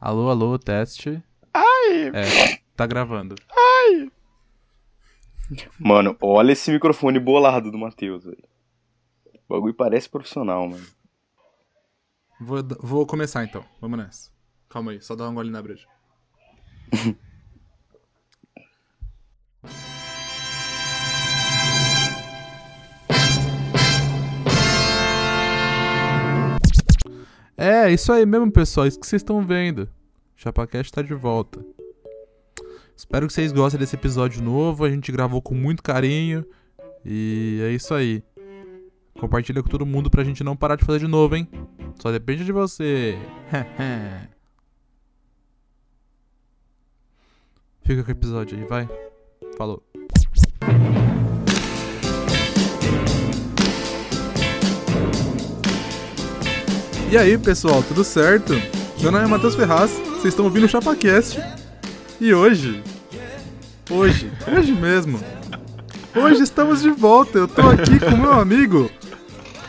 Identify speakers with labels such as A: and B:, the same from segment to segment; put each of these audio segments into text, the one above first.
A: Alô, alô, teste.
B: Ai!
A: É, tá gravando.
B: Mano, olha esse microfone bolado do Matheus, velho. O bagulho parece profissional, mano.
A: Vou, d- vou começar então, vamos nessa. Calma aí, só dá um gole na breja. É, isso aí mesmo, pessoal. Isso que vocês estão vendo. O ChapaCast tá de volta. Espero que vocês gostem desse episódio novo. A gente gravou com muito carinho. E é isso aí. Compartilha com todo mundo pra gente não parar de fazer de novo, hein? Só depende de você. Fica com o episódio aí, vai. Falou. E aí, pessoal, tudo certo? Meu nome é Matheus Ferraz, vocês estão ouvindo o ChapaCast. E hoje, hoje, hoje mesmo, hoje estamos de volta. Eu tô aqui com meu amigo.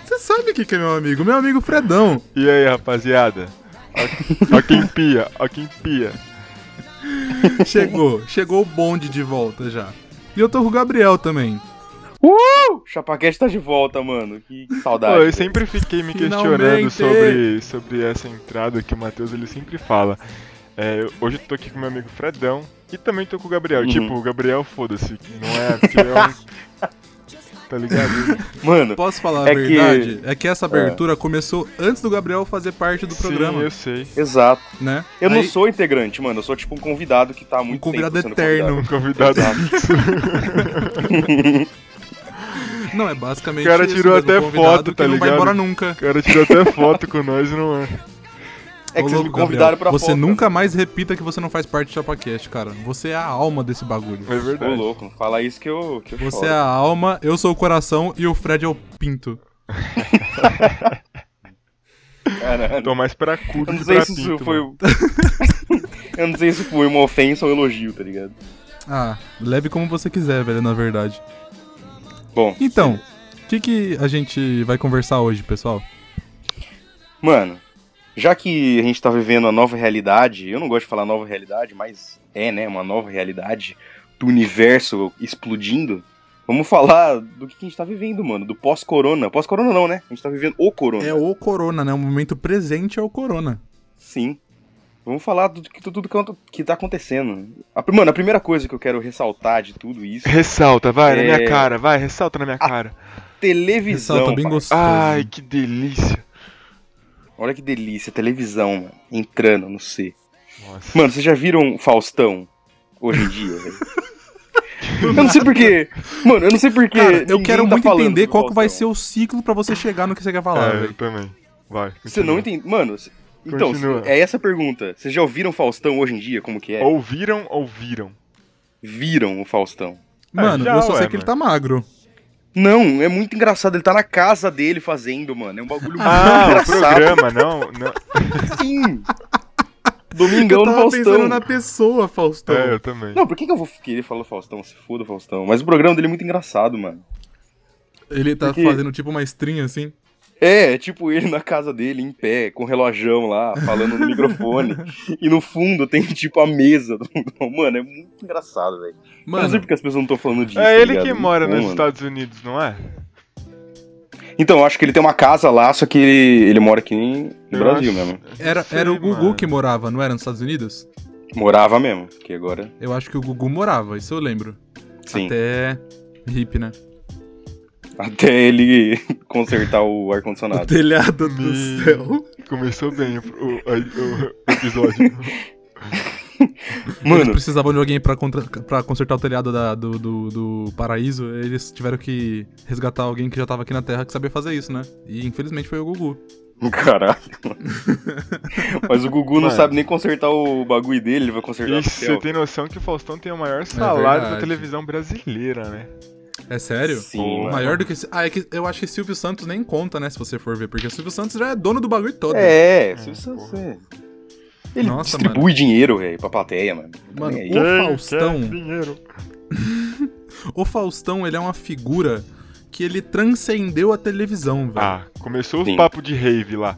A: Você sabe o que que é meu amigo? Meu amigo Fredão.
C: E aí, rapaziada? Ó, ó quem pia, ó quem pia.
A: Chegou, chegou o bonde de volta já. E eu tô com o Gabriel também.
B: O Chapaquete tá de volta, mano. Que que
C: Pô,
B: saudade.
C: eu
B: velho.
C: sempre fiquei me questionando
A: Finalmente!
C: sobre, sobre essa entrada que o Matheus ele sempre fala. É, eu- hoje eu tô aqui com meu amigo Fredão e também tô com o Gabriel.
B: Uhum.
C: Tipo, o Gabriel, foda-se, que não é aqui, é um... Tá ligado?
B: Mano,
A: Posso falar a
B: É que-
A: verdade? É que essa abertura começou antes do Gabriel fazer parte do
C: Sim,
A: programa,
C: eu sei.
B: exato.
A: né?
B: Eu não
A: Aí,
B: sou integrante, mano. Eu sou tipo um convidado que tá há muito
A: um convidado
B: tempo sendo
A: eterno.
C: Um convidado.
A: Não, é basicamente
C: O cara
A: isso
C: tirou
A: mesmo,
C: até
A: o convidado
C: foto,
A: que
C: tá
A: não vai
C: ligado?
A: embora nunca.
C: O cara tirou até foto com nós e não é.
B: É
A: Ô,
B: que vocês me
A: louco,
B: convidaram
A: Gabriel,
B: pra
A: Você
B: foto.
A: nunca mais repita que você não faz parte do ChapaCast, cara. Você é a alma desse bagulho.
C: É
B: Ô,
C: verdade.
B: louco. Fala isso que eu, que eu
A: Você
B: choro.
A: é a alma, eu sou o coração e o Fred é o pinto.
B: Caralho.
C: Tô mais pra cu
B: é Eu
C: do
B: não
C: que
B: sei
C: pra
B: se isso
C: pinto,
B: foi...
C: mano.
B: eu não sei se foi uma ofensa ou um elogio, tá ligado?
A: Ah, leve como você quiser, velho, na verdade.
B: Bom,
A: Então, o que, que a gente vai conversar hoje, pessoal?
B: Mano, já que a gente tá vivendo a nova realidade, eu não gosto de falar nova realidade, mas é, né, uma nova realidade do universo explodindo. Vamos falar do que a gente tá vivendo, mano, do pós-corona. Pós-corona não, né? A gente tá vivendo o corona.
A: É o corona, né? O momento presente é o corona.
B: Sim. Vamos falar do que tudo quanto que tá acontecendo. A, pri- mano, a primeira coisa que eu quero ressaltar de tudo isso,
C: Ressalta, vai,
B: É.
C: na
B: Ah,
C: minha cara, vai, ressalta na minha cara.
B: televisão.
A: Ressalta é bem
B: pai.
A: gostoso.
C: Ai, que delícia.
B: Olha que delícia, televisão, mano, entrando no C.
C: Nossa.
B: Mano, vocês já viram Faustão hoje em dia, velho? Eu não sei porquê. Mano, eu não sei porquê.
A: Cara, eu
B: ninguém
A: quero
B: tá
A: muito
B: falando
A: entender
B: do
A: qual que vai ser
B: Faustão.
A: o ciclo pra você chegar no que você quer falar,
C: É, eu
A: velho.
C: também. Vai.
B: Você não
C: continua.
B: entende. Mano, c- então,
C: Continua.
B: é essa a pergunta. Vocês já ouviram Faustão hoje em dia? Como que é?
C: Ouviram, ouviram.
B: Viram o Faustão?
A: Mano,
C: já,
A: eu só sei
C: ué,
A: que ele
B: né?
C: mano.
A: tá magro.
B: Não, é muito engraçado. Ele tá na casa dele fazendo, mano. É um bagulho muito
C: Ah, o
B: engraçado.
C: programa, não. não.
B: Sim. Domingão
A: eu
B: do
A: tava
B: Faustão.
A: pensando na pessoa, Faustão.
C: É, eu também.
B: Não, por que, que eu vou querer falar Faustão? Se foda o Faustão. Mas o programa dele é muito engraçado, mano.
A: Ele tá
B: Porque-
A: fazendo tipo uma estrinha assim.
B: É, é tipo ele na casa dele, em pé, com o relojão lá, falando no microfone. E no fundo tem, tipo, a mesa. do- do- Mano, é muito engraçado, velho. Eu não sei
A: Mano,
B: porque as pessoas não estão falando disso. tá
C: É ele
B: ligado?
C: que
B: Muito
C: mora
B: bom,
C: nos
B: mano.
C: Estados Unidos, não é?
B: Então, eu acho que ele tem uma casa lá, só que ele, ele mora aqui em- no
C: Eu
B: Brasil
C: acho-
B: mesmo.
A: era,
C: Sei,
A: era o Gugu
C: mano.
A: que morava, não era nos Estados Unidos?
B: Morava mesmo, que agora.
A: Eu acho que o Gugu morava, isso eu lembro.
B: Sim. Até,
A: Até hip, né?
B: ele consertar o
A: O
B: ar-condicionado.
A: telhado do
C: Me-
A: céu.
C: Começou bem o, o- a- o episódio.
A: Eles
B: Mano,
A: precisavam de alguém pra, contra... pra consertar o telhado da- do, do, do paraíso. Eles tiveram que resgatar alguém que já tava aqui na Terra que sabia fazer isso, né? E infelizmente foi o Gugu.
B: caralho. Mas o Gugu não
C: Mano.
B: sabe nem consertar o bagulho dele, ele vai consertar
C: E
B: o
C: você
B: céu.
C: tem noção que o Faustão tem o maior salário da
A: É verdade.
C: televisão brasileira, né?
A: É sério?
B: Sim,
C: Pô,
B: mano.
A: Maior do que. Ah, é que eu acho que Silvio Santos nem conta, né? Se você for ver, porque o Silvio Santos já é dono do bagulho todo.
B: É, se
C: É,
B: você.
C: porra.
B: você- Ele
A: Nossa,
B: distribui dinheiro, velho, pra plateia, mano. Tá
A: Mano,
B: nem
A: o
B: aí.
C: Quem
A: Faustão?
C: quer dinheiro?
A: O Faustão, ele é uma figura que ele transcendeu a televisão, velho.
C: Ah, começou
B: Sim.
C: os papos de rave lá.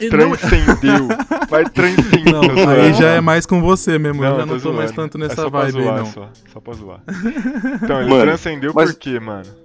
A: E não-
C: transcendeu. Vai transcendeu. né?
A: Não, aí já é mais com você mesmo. eu já não tô
C: zoando.
A: mais tanto
C: É
A: nessa
C: só pra
A: vibe aí,
C: zoar,
A: não.
C: Só, só pra zoar. Então, ele
B: Mano,
C: transcendeu
B: mas-
C: por quê, mano?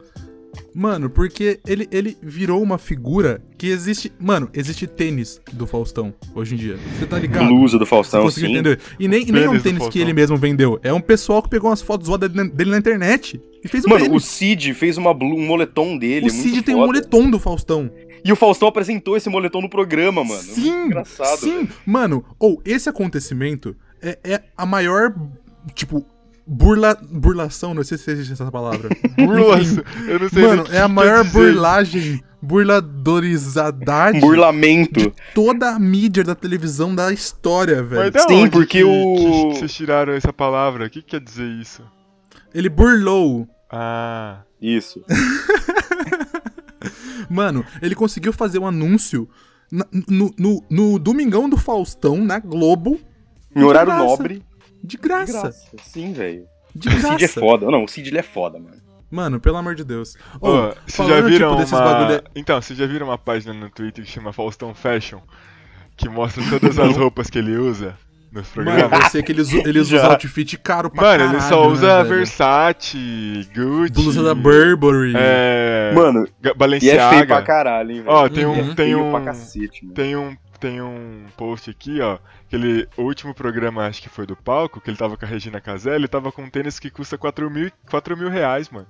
A: Mano, porque ele, ele virou uma figura que existe. Mano, existe tênis do Faustão hoje em dia. Você tá ligado?
B: Blusa do
A: Você
B: Faustão,
A: conseguiu
B: sim.
A: entender? E nem, e nem é um
C: Tênis do
A: tênis que
C: Faustão.
A: ele mesmo vendeu. É um pessoal que pegou umas fotos zoadas dele na- dele na internet e fez um
B: Mano, o
A: tênis.
B: Cid fez uma blu- um moletom
C: é
B: dele.
A: o Cid
B: muito
A: tem um
B: foda.
A: moletom do Faustão.
B: E o Faustão apresentou esse moletom no programa, mano.
A: sim,
B: engraçado,
A: sim. Mano, ou esse acontecimento é, é a maior, tipo, burla, burlação, não sei se existe essa palavra.
C: Burlaço. Eu não sei nem
A: Mano,
C: o que
A: é a
C: quer
A: maior
C: dizer.
A: burlagem, burladorizadade
B: Um burlamento.
A: toda a mídia da televisão da história,
C: Mas
A: velho.
C: da
B: Sim,
C: onde
B: porque
C: que-
B: o-
C: que Vocês tiraram essa palavra. O que que quer dizer isso? é-
A: Ele burlou.
C: Ah...
B: Isso.
A: Mano, ele conseguiu fazer um anúncio na- no, no- no Domingão do Faustão, na Globo,
B: Em horário
A: graça.
B: nobre.
A: de graça.
B: Sim, velho.
A: De
B: O Cid é
A: graça.
B: foda. Não, o Cid ele é foda, mano.
A: Mano, pelo amor de Deus. Ô,
C: Ô, vocês já
A: falando,
C: viram
A: tipo, desses
C: uma...
A: bagulho-
C: Então, vocês já viram uma página no Twitter que chama Faustão Fashion? Que mostra todas as roupas que ele usa nos
A: Mano,
C: programas?
A: eu sei que eles, eles
B: Já.
A: usam outfit caro pra
C: Mano,
A: caralho,
C: ele só usa
A: né, velho?
C: Versace, Gucci...
A: Blusa da Burberry.
C: É...
B: Mano, e é feio
C: Ga-
B: pra
C: Balenciaga.
B: caralho, hein, velho.
C: Ó, tem
A: Uhum.
C: um... Tem
B: feio pra
C: um...
B: cacete, mano.
C: Tem um, tem um post aqui, ó. Que ele, o último programa, acho que foi do palco, que ele tava com a Regina Casé, ele tava com um tênis que custa 4 mil, 4 mil reais, mano.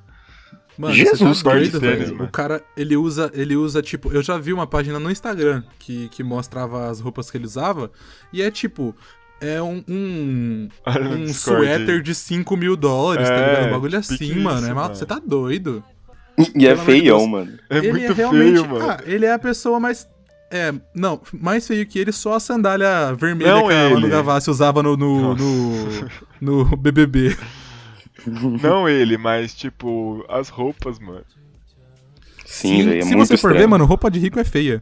A: Mano,
B: Jesus,
A: você tá
C: corte
A: doido,
C: de tênis,
A: velho? O
C: mano.
A: cara, ele usa, ele usa, tipo, eu já vi uma página no Instagram que, que mostrava as roupas que ele usava, e é tipo, é um, um,
C: Olha no
A: um
C: Discord aí.
A: suéter de 5 mil dólares, tá
C: É,
A: ligado? Um bagulho assim,
C: pique
A: mano.
C: isso,
A: é mal...
C: mano.
A: Você tá doido.
B: E é
A: Pelo amor de
B: feião,
A: Deus.
B: mano.
C: É
A: ele
C: muito
A: é realmente.
C: feio, mano.
A: Ah, ele é a pessoa mais. É, não, mais feio que ele, só a sandália vermelha
C: Não é
A: que a Manu
C: ele.
A: Gavassi usava no, no,
C: Nossa.
A: no, no BBB.
C: Não ele, mas tipo, as roupas, mano.
B: Sim, velho. É
A: Se
B: muito
A: você for
B: estranho.
A: ver, mano, roupa de rico é feia.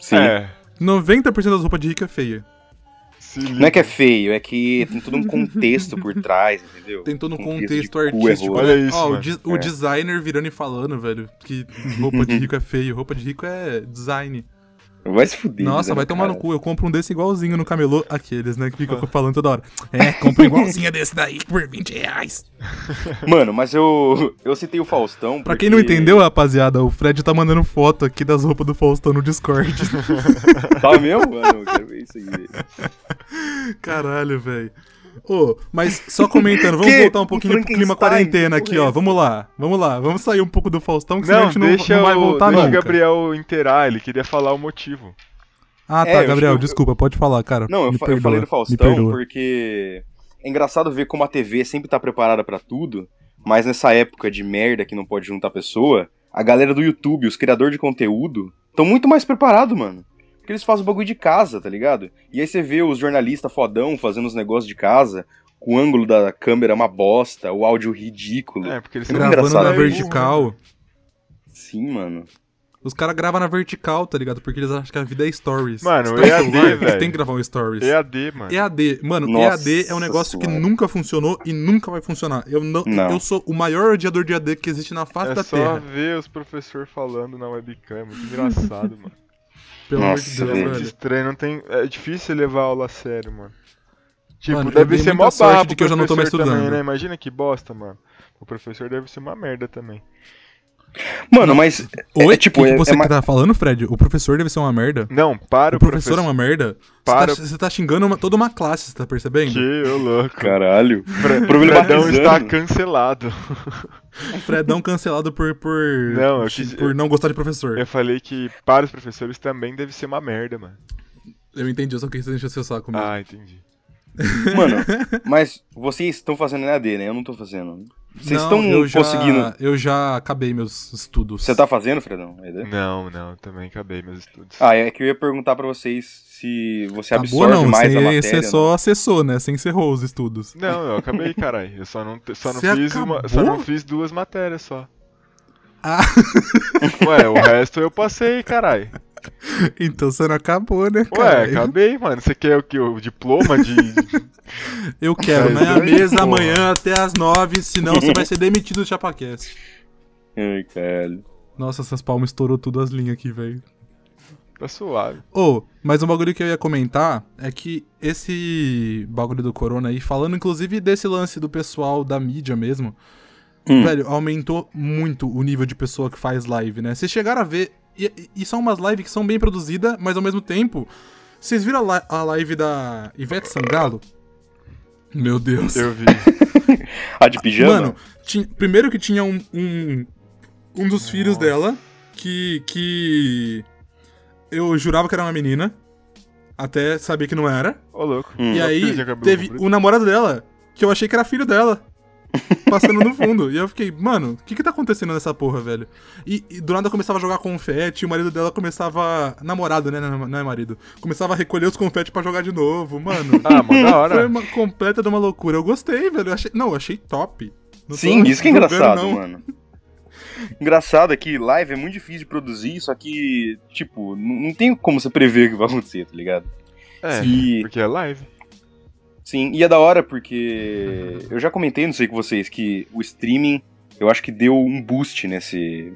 B: Sim.
C: É.
A: 90% das roupas de rico é feia.
C: Se liga.
B: Não é que é feio, é que tem todo um contexto por trás, entendeu?
A: Tem todo um
B: de
A: contexto
B: cu é
A: artístico.
B: rola.
C: Olha
A: né?
C: isso,
A: Ó, o,
C: mano.
A: de- o
B: É.
A: designer virando e falando, velho, que roupa de rico é feio. Roupa de rico é design.
B: Vai se fuder.
A: Nossa,
B: né,
A: vai tomar no
B: cara?
A: cu. Eu compro um desse igualzinho no camelô. Aqueles, né? Que fica falando toda hora. É, compra igualzinho desse daí por 20 reais.
B: Mano, mas eu, eu citei o Faustão.
A: Pra
B: porque-
A: quem não entendeu, rapaziada, o Fred tá mandando foto aqui das roupas do Faustão no Discord.
B: Tá mesmo? Mano, eu quero ver isso aí. velho.
A: Caralho, velho. Ô, mas só comentando, vamos
B: Que?
A: voltar um pouquinho
B: Um
A: pro clima
B: Frankenstein,
A: quarentena aqui,
B: porra
A: ó.
B: é
A: Vamos lá, vamos lá. Vamos sair um pouco do Faustão, que senão
C: Não,
A: a gente não,
C: deixa,
A: não vai
C: o,
A: voltar
C: deixa o
A: nunca.
C: Gabriel inteirar, ele queria falar o motivo.
A: Ah, tá,
B: É, eu-
A: Gabriel,
B: eu-
A: desculpa, pode falar, cara.
B: Não, eu,
A: Me
B: fa- eu
A: perdoa,
B: falei do
A: me
B: Faustão
A: perdoa.
B: porque é engraçado ver como a TV sempre tá preparada pra tudo, mas nessa época de merda que não pode juntar pessoa, a galera do YouTube, os criadores de conteúdo, estão muito mais preparados, mano. Porque eles fazem o bagulho de casa, tá ligado? E aí você vê os jornalistas fodão fazendo os negócios de casa, com o ângulo da câmera uma bosta, o áudio ridículo.
C: É, porque ele
B: Muito
A: Gravando
B: engraçado.
A: na
B: É,
A: vertical.
B: Sim, mano.
A: Os caras gravam na vertical, tá ligado? Porque eles acham que a vida é stories.
C: Mano,
A: Você tá no
C: EAD,
A: celular, você
C: velho.
A: tem que gravar um stories.
C: EAD, mano.
A: EAD, mano,
B: Nossa
A: EAD é um negócio que
B: Senhora.
A: nunca funcionou e nunca vai funcionar. Eu não,
B: Não.
A: eu sou o maior odiador de EAD que existe na face
C: É
A: da
C: só
A: Terra.
C: ver os professores falando na webcam, é muito engraçado, mano.
A: Pelo
B: Nossa,
A: amor de
B: velho.
A: Deus,
C: Muito
A: velho.
C: estranho, não tem. É difícil levar aula a sério, mano. Tipo,
A: Mano, eu
C: deve
A: dei
C: ser
A: muita
C: mó
A: sorte
C: barra
A: de
C: pro
A: que eu já não tô mais
C: professor também,
A: estudando.
C: né? Imagina que bosta, mano. O professor deve ser uma merda também.
B: Mano, mas. é-
A: Oi,
B: é, tipo,
A: o que
B: é-
A: você
B: é
A: que
B: ma-
A: tá falando, Fred? O professor deve ser uma merda.
C: Não,
A: O
C: para o
A: professor é
C: professor.
A: uma merda. Você
C: Para.
A: tá- Você tá, xingando uma- toda uma classe, você tá percebendo?
C: Que ô
A: tá
C: louco.
B: Caralho.
C: Fre-
B: Problematizando.
C: Fredão está cancelado.
A: Fredão cancelado por por
C: Não, eu quis-
A: por não gostar de professor.
C: Eu falei que para os professores também deve ser uma merda, mano.
A: Eu entendi, eu só quis encher seu saco mesmo.
C: Ah, entendi.
B: Mano, mas vocês estão fazendo EAD, né? Eu não tô fazendo. Vocês
A: Não,
B: estão
A: eu já-
B: conseguindo.
A: Eu já acabei meus estudos.
B: Você tá fazendo, Fredão? EAD?
C: Não, não, também acabei meus estudos.
B: Ah, é que eu ia perguntar pra vocês se você
A: Acabou
B: absorve
A: Tá não,
B: mais a
A: você,
B: matéria.
A: você
B: né?
A: só acessou, né? Você encerrou os estudos.
C: Não, eu acabei, caralho. Eu só não, te- só não
A: Você
C: fiz uma, só
A: acabou?
C: não fiz duas matérias só.
A: Ah.
C: Ué, o resto eu passei, caralho.
A: Então você não acabou, né, cara?
C: Ué, acabei, mano. Você quer o que? O diploma de.
A: Eu quero,
C: Mas
A: né? A
C: daí,
A: mesa
C: porra.
A: amanhã até as nove, senão você vai ser demitido do ChapaCast.
B: né? Ai, caralho.
A: Nossa, essas palmas estourou tudo as linhas aqui, velho.
C: Tá suave.
A: Ô, mas um bagulho que eu ia comentar é que esse bagulho do corona aí, falando inclusive desse lance do pessoal da mídia mesmo,
B: Hum.
A: velho, aumentou muito o nível de pessoa que faz live, né? Vocês chegaram a ver, e, e- e são umas lives que são bem produzidas, mas ao mesmo tempo, vocês viram a, li- a live da Ivete Sangalo? Meu Deus.
C: Eu vi.
B: A Ah, de pijama?
A: Ah, Mano, tinha- primeiro que tinha um, um, um dos filhos dela que, que eu jurava que era uma menina, até saber que não era.
C: Ô, louco.
B: Hum.
A: e
C: Só porque
A: aí
C: ele tinha cabelo
A: teve
C: comprido.
A: o namorado dela, que eu achei que era filho dela, passando no fundo. E eu fiquei, mano, o que que tá acontecendo nessa porra, velho? E, e do nada eu começava a jogar confete, e o marido dela começava. Namorado, né? Não é- não é marido. Começava a recolher os confetes pra jogar de novo, mano.
C: Ah, mano, da hora.
A: Foi uma completa de uma loucura. Eu gostei, velho. Eu achei- Não, eu achei top. Não tô
B: Sim, isso que é
A: julgando,
B: engraçado,
A: não.
B: mano. Engraçado é que live é muito difícil de produzir, só que, tipo, n- não tem como você prever o que vai acontecer, tá ligado?
C: É,
B: Sim.
C: porque é live.
B: Sim, e é da hora porque
A: Uhum.
B: eu já comentei, não sei com vocês, que o streaming eu acho que deu um boost nesse,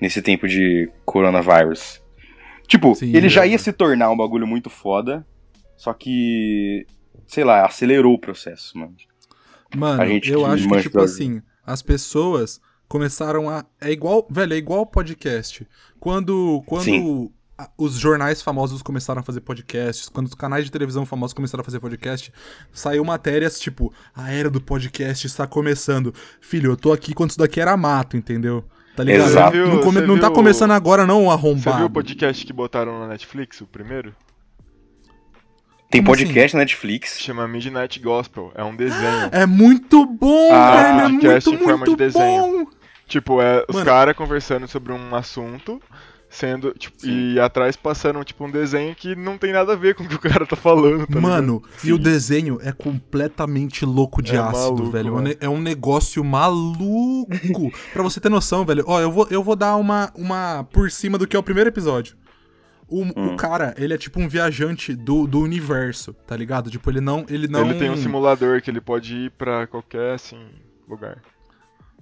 B: nesse tempo de coronavírus. Tipo,
A: Sim,
B: ele já
A: é.
B: ia se tornar um bagulho muito foda, só que, sei lá, acelerou o processo, mano.
A: Mano,
B: A gente
A: eu
B: que
A: acho que,
B: manja
A: tipo
B: da-
A: assim, as pessoas começaram a. É igual. Velho, é igual podcast. Quando. Quando.
B: Sim.
A: a- Os jornais famosos começaram a fazer podcasts, quando os canais de televisão famosos começaram a fazer podcast, saiu matérias tipo, a era do podcast está começando. Filho, eu tô aqui quando isso daqui era mato, entendeu? Tá ligado?
B: Exato.
A: Não, come-
C: Você
A: não tá
C: viu-
A: começando agora não,
C: Você
A: arrombado.
C: viu o podcast que botaram na Netflix, o primeiro?
B: Tem
A: Como assim?
B: podcast na Netflix.
C: Chama Midnight Gospel. É um desenho.
A: É muito bom,
B: Ah,
A: velho. É
C: podcast
A: muito,
C: em forma de
A: muito
C: desenho.
A: bom.
C: Tipo, é os
A: Mano.
C: caras conversando sobre um assunto, sendo, tipo, e atrás passando, tipo, um desenho que não tem nada a ver com o que o cara tá falando, tá ligado?
A: Mano, e o desenho é completamente louco de
C: É
A: ácido,
C: maluco,
A: velho. É um
C: mano.
A: ne- É um negócio maluco. pra você ter noção, velho. Ó, eu vou, eu vou dar uma, uma por cima do que é o primeiro episódio. O, o
C: Hum.
A: cara, ele é tipo um viajante do, do universo, tá ligado? Tipo, ele não. Ele não.
C: Ele tem um simulador que ele pode ir pra qualquer, assim, lugar.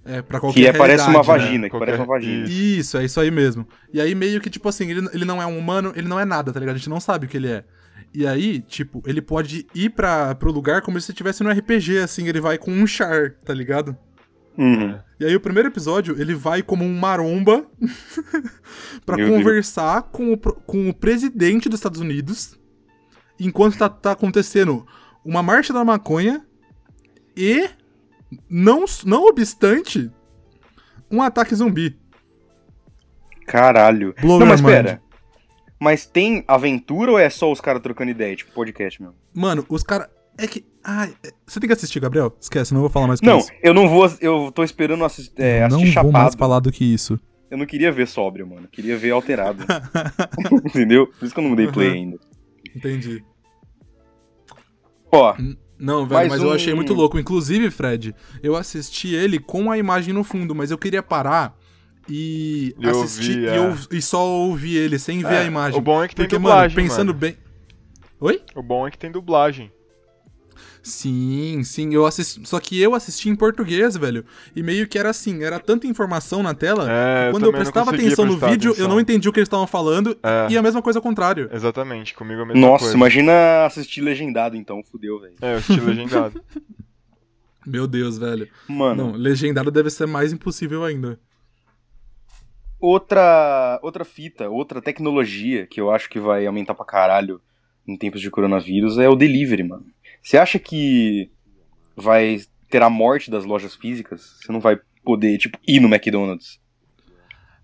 A: É, pra qualquer
B: Que é, parece uma
A: realidade, né?
B: vagina, que
C: Qualquer-
B: parece uma vagina.
C: Isso.
A: Isso, é isso aí mesmo. E aí, meio que, tipo assim, ele, ele não é um humano, ele não é nada, tá ligado? A gente não sabe o que ele é. E aí, tipo, ele pode ir pra, pro lugar como se estivesse no RPG, assim, ele vai com um char, tá ligado?
B: Uhum.
A: E aí, o primeiro episódio, ele vai como um maromba pra
B: Meu Deus.
A: conversar com o, pro- com o presidente dos Estados Unidos, enquanto tá, tá acontecendo uma marcha da maconha e, não, não obstante, um ataque zumbi.
B: Caralho.
A: Blow
B: não,
A: your
B: mas
A: mind.
B: pera. Mas tem aventura ou é só os caras trocando ideia, tipo podcast mesmo?
A: Mano, os caras. É que. Ai, é- você tem que assistir, Gabriel? Esquece, não vou falar mais que
B: Não,
A: isso.
B: eu não vou. Eu tô esperando assis- é,
A: Eu não
B: assistir
A: vou mais
B: chapado.
A: falar do que isso.
B: Eu não queria ver sóbrio, mano. Eu queria ver alterado. Entendeu? Por isso que eu não dei play
A: Uhum.
B: ainda.
A: Entendi.
B: Ó,
A: Uhum. Não, velho,
B: Mais
A: mas eu
B: um-
A: achei muito louco. Inclusive, Fred, eu assisti ele com a imagem no fundo, mas eu queria parar e
C: E ouvir,
A: assistir e,
C: é.
A: ouv- e só ouvir ele sem ver a imagem.
C: O bom é que tem
A: Porque, mano,
C: dublagem,
A: pensando
C: mano.
A: bem. Oi?
C: O bom é que tem dublagem.
A: Sim, sim, eu assisti. Só que eu assisti em português, velho. E meio que era assim, era tanta informação na tela.
C: É,
A: que
C: eu
A: quando eu
C: também não
A: prestava
C: conseguia
A: atenção no
C: prestar
A: vídeo, eu
C: atenção.
A: não entendi o que eles estavam falando.
C: É.
A: E a mesma coisa ao contrário.
C: Exatamente, comigo é a mesma
B: nossa,
C: coisa.
B: imagina assistir legendado então, fudeu, velho.
C: É, eu assisti legendado.
A: Meu Deus, velho.
B: Mano,
A: Não, legendado deve ser mais impossível ainda.
B: outra outra fita, outra tecnologia que eu acho que vai aumentar pra caralho em tempos de coronavírus é o delivery, mano. Você acha que vai ter a morte das lojas físicas? Você não vai poder, tipo, ir no McDonald's?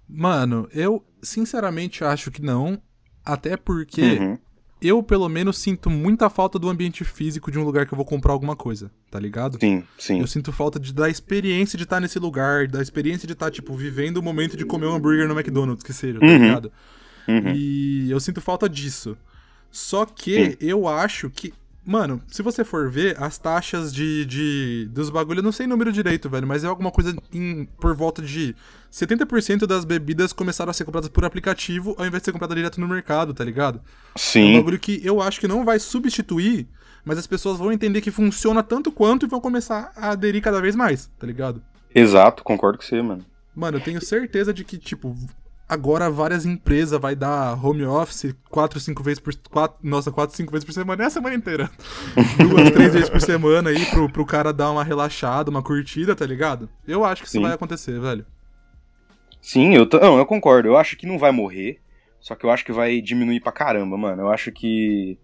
A: Mano, eu sinceramente acho que não. Até porque
B: Uhum.
A: eu, pelo menos, sinto muita falta do ambiente físico de um lugar que eu vou comprar alguma coisa, tá ligado?
B: Sim, sim.
A: Eu sinto falta de, da experiência de estar nesse lugar, da experiência de estar, tipo, vivendo o momento de comer um hambúrguer no McDonald's, que seja, tá
B: Uhum.
A: ligado?
B: Uhum.
A: E eu sinto falta disso. Só que eu acho que. Mano, se você for ver, as taxas de, de. dos bagulho, eu não sei o número direito, velho, mas é alguma coisa em, por volta de 70% das bebidas começaram a ser compradas por aplicativo ao invés de ser comprada direto no mercado, tá ligado? É um
B: Sim.
A: bagulho que eu acho que não vai substituir, mas as pessoas vão entender que funciona tanto quanto e vão começar a aderir cada vez mais, tá ligado?
B: Exato, concordo com você, mano.
A: Mano, eu tenho certeza de que, tipo, agora várias empresas vai dar home office 4, 5 vezes por... Quatro, nossa, 4, 5 vezes por semana, é a semana inteira. Duas, três vezes por semana aí pro, pro cara dar uma relaxada, uma curtida, tá ligado? Eu acho que isso
B: Sim.
A: vai acontecer, velho.
B: Sim, eu, t- não, eu concordo. Eu acho que não vai morrer, só que eu acho que vai diminuir pra caramba, mano. Eu acho que.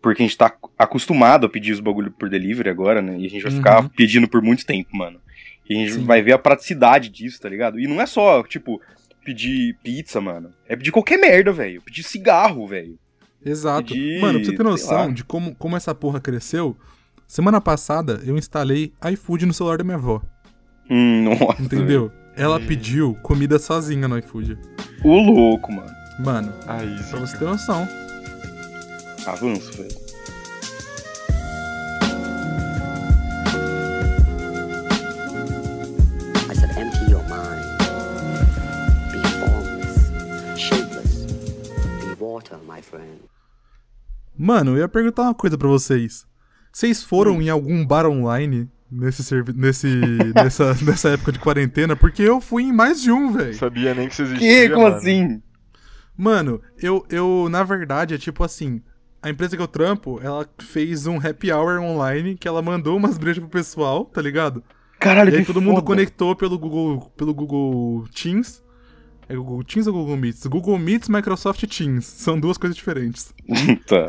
B: Porque a gente tá acostumado a pedir os bagulho por delivery agora, né? E a gente vai
A: Uhum.
B: ficar pedindo por muito tempo, mano. E a gente
A: Sim.
B: vai ver a praticidade disso, tá ligado? E não é só, tipo, pedir pizza, mano. É pedir qualquer merda, velho. Pedir cigarro, velho.
A: Exato.
B: De-
A: Mano, pra você ter
B: sei lá.
A: noção de como, como essa porra cresceu, semana passada eu instalei iFood no celular da minha avó,
B: Hum, nossa. velho.
A: entendeu? Ela
C: Hum.
A: pediu comida sozinha no iFood.
B: O louco, mano.
A: Mano,
C: Aí,
A: pra você
C: zica.
A: ter noção.
B: Avanço, velho.
D: I said, empty your mind. Be formless, shapeless. Be water, my friend.
A: Mano, eu ia perguntar uma coisa pra vocês. Vocês
B: Hum.
A: foram em algum bar online nesse servi- nesse nessa, nessa época de quarentena? Porque eu fui em mais de um, velho.
C: Sabia nem que você existia.
B: Que? Como
C: né, mano.
B: assim?
A: Mano, eu, eu, na verdade, é tipo assim. A empresa que eu trampo, ela fez um happy hour online que ela mandou umas brejas pro pessoal, tá ligado?
B: Caralho,
A: E aí
B: que
A: todo mundo
B: foda.
A: conectou pelo Google, pelo Google Teams. É Google Teams ou Google Meets? Google Meets, Microsoft Teams. São duas coisas diferentes.
B: Tá.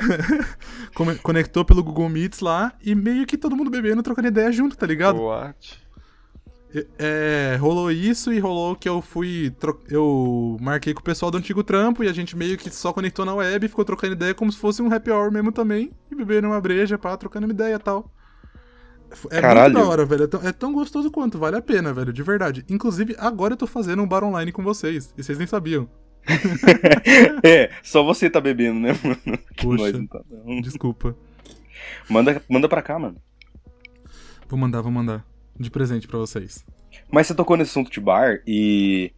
A: Come- Conectou pelo Google Meets lá e meio que todo mundo bebendo, trocando ideia junto, tá ligado?
C: What?
A: E- É, rolou isso e rolou que eu fui. tro- Eu marquei com o pessoal do antigo trampo e a gente meio que só conectou na web, ficou trocando ideia como se fosse um happy hour mesmo também. E bebendo uma breja, pá, trocando uma ideia e tal. F- É
B: Caralho.
A: muito da hora, velho. É tão, é tão gostoso quanto, vale a pena, velho, de verdade. Inclusive, agora eu tô fazendo um bar online com vocês. E vocês nem sabiam.
B: É, só você tá bebendo, né, mano? Que
A: Poxa.
B: nós não tá, não.
A: Desculpa.
B: Manda, manda pra cá, mano.
A: Vou mandar, vou mandar. De presente pra vocês.
B: Mas você tocou nesse assunto de bar e.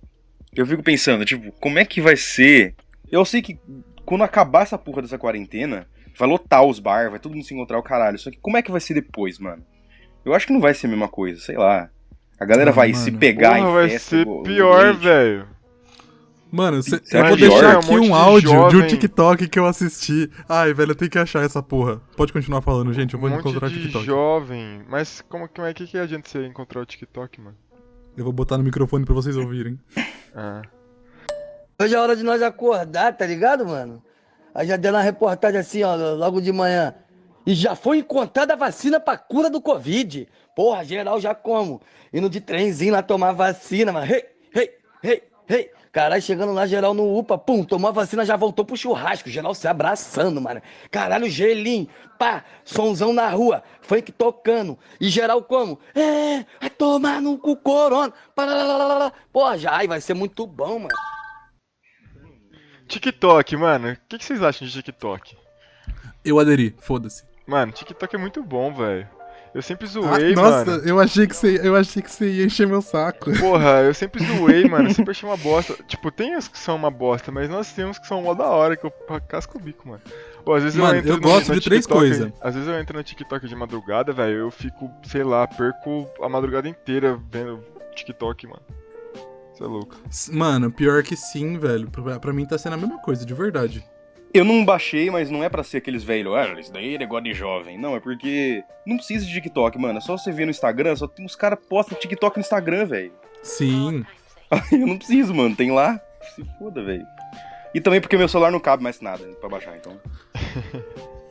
B: Eu fico pensando, tipo, como é que vai ser. Eu sei que quando acabar essa porra dessa quarentena, vai lotar os bar, vai todo mundo se encontrar o caralho. Só que como é que vai ser depois, mano? Eu acho que não vai ser a mesma coisa, sei lá. A galera
A: Ah,
B: vai
A: mano.
B: se pegar
C: Porra,
B: em
C: vai
B: festa,
C: ser
B: igual-
C: pior,
B: gente.
C: velho.
A: Mano, cê,
B: Será
A: eu vou
B: que é
A: deixar
B: pior?
A: aqui
C: Um
A: um
C: monte de
A: áudio de um
C: jovem-
A: TikTok que eu assisti. Ai, velho, eu tenho que achar essa porra. Pode continuar falando, gente, eu vou
C: um monte
A: encontrar o
C: de
A: TikTok.
C: jovem. Mas como, como é que, que a gente se encontrou o TikTok, mano?
A: Eu vou botar no microfone pra vocês ouvirem.
C: Ah.
E: Hoje é a hora de nós acordar, tá ligado, mano? Aí já deu na reportagem assim, ó, logo de manhã. E já foi encontrada a vacina pra cura do Covid. Porra, geral já como. Indo de trenzinho lá tomar vacina, mano. Ei, ei, ei, ei. Caralho, chegando lá, geral no UPA, pum, tomou a vacina, já voltou pro churrasco. Geral se abraçando, mano. Caralho, gelinho, pá, sonzão na rua, funk tocando. E geral como? É, vai tomar no cu corona. Paralalalala. Porra, já, ai, vai ser muito bom, mano.
C: TikTok, mano. O que, que vocês acham de TikTok?
A: Eu aderi, foda-se.
C: Mano, TikTok é muito bom, velho. Eu sempre
A: Ah,
C: zoei,
A: nossa,
C: mano.
A: eu achei que você, eu achei que você ia encher meu saco.
C: Porra, eu sempre zoei, mano. Eu sempre achei uma bosta. Tipo, tem uns que são uma bosta, mas nós temos que são mó da hora, que eu casco o bico, mano. Pô, às vezes
A: Mano,
C: eu entro
A: eu
C: no-
A: gosto
C: no
A: de três
C: TikTok,
A: coisas.
C: Às vezes eu entro no TikTok de madrugada, velho, eu fico, sei lá, perco a madrugada inteira vendo TikTok, mano. Você é louco.
A: S- Mano, pior que sim, velho. Pra, pra mim tá sendo a mesma coisa, de verdade.
B: Eu não baixei, mas não é pra ser aqueles velhos. Ah, isso daí é negócio de jovem. Não, é porque não precisa de TikTok, mano. É só você ver no Instagram, só tem uns caras postam TikTok no Instagram, velho.
A: Sim.
B: Eu não preciso, mano. Tem lá. Se foda, velho. E também porque meu celular não cabe mais nada pra baixar, então.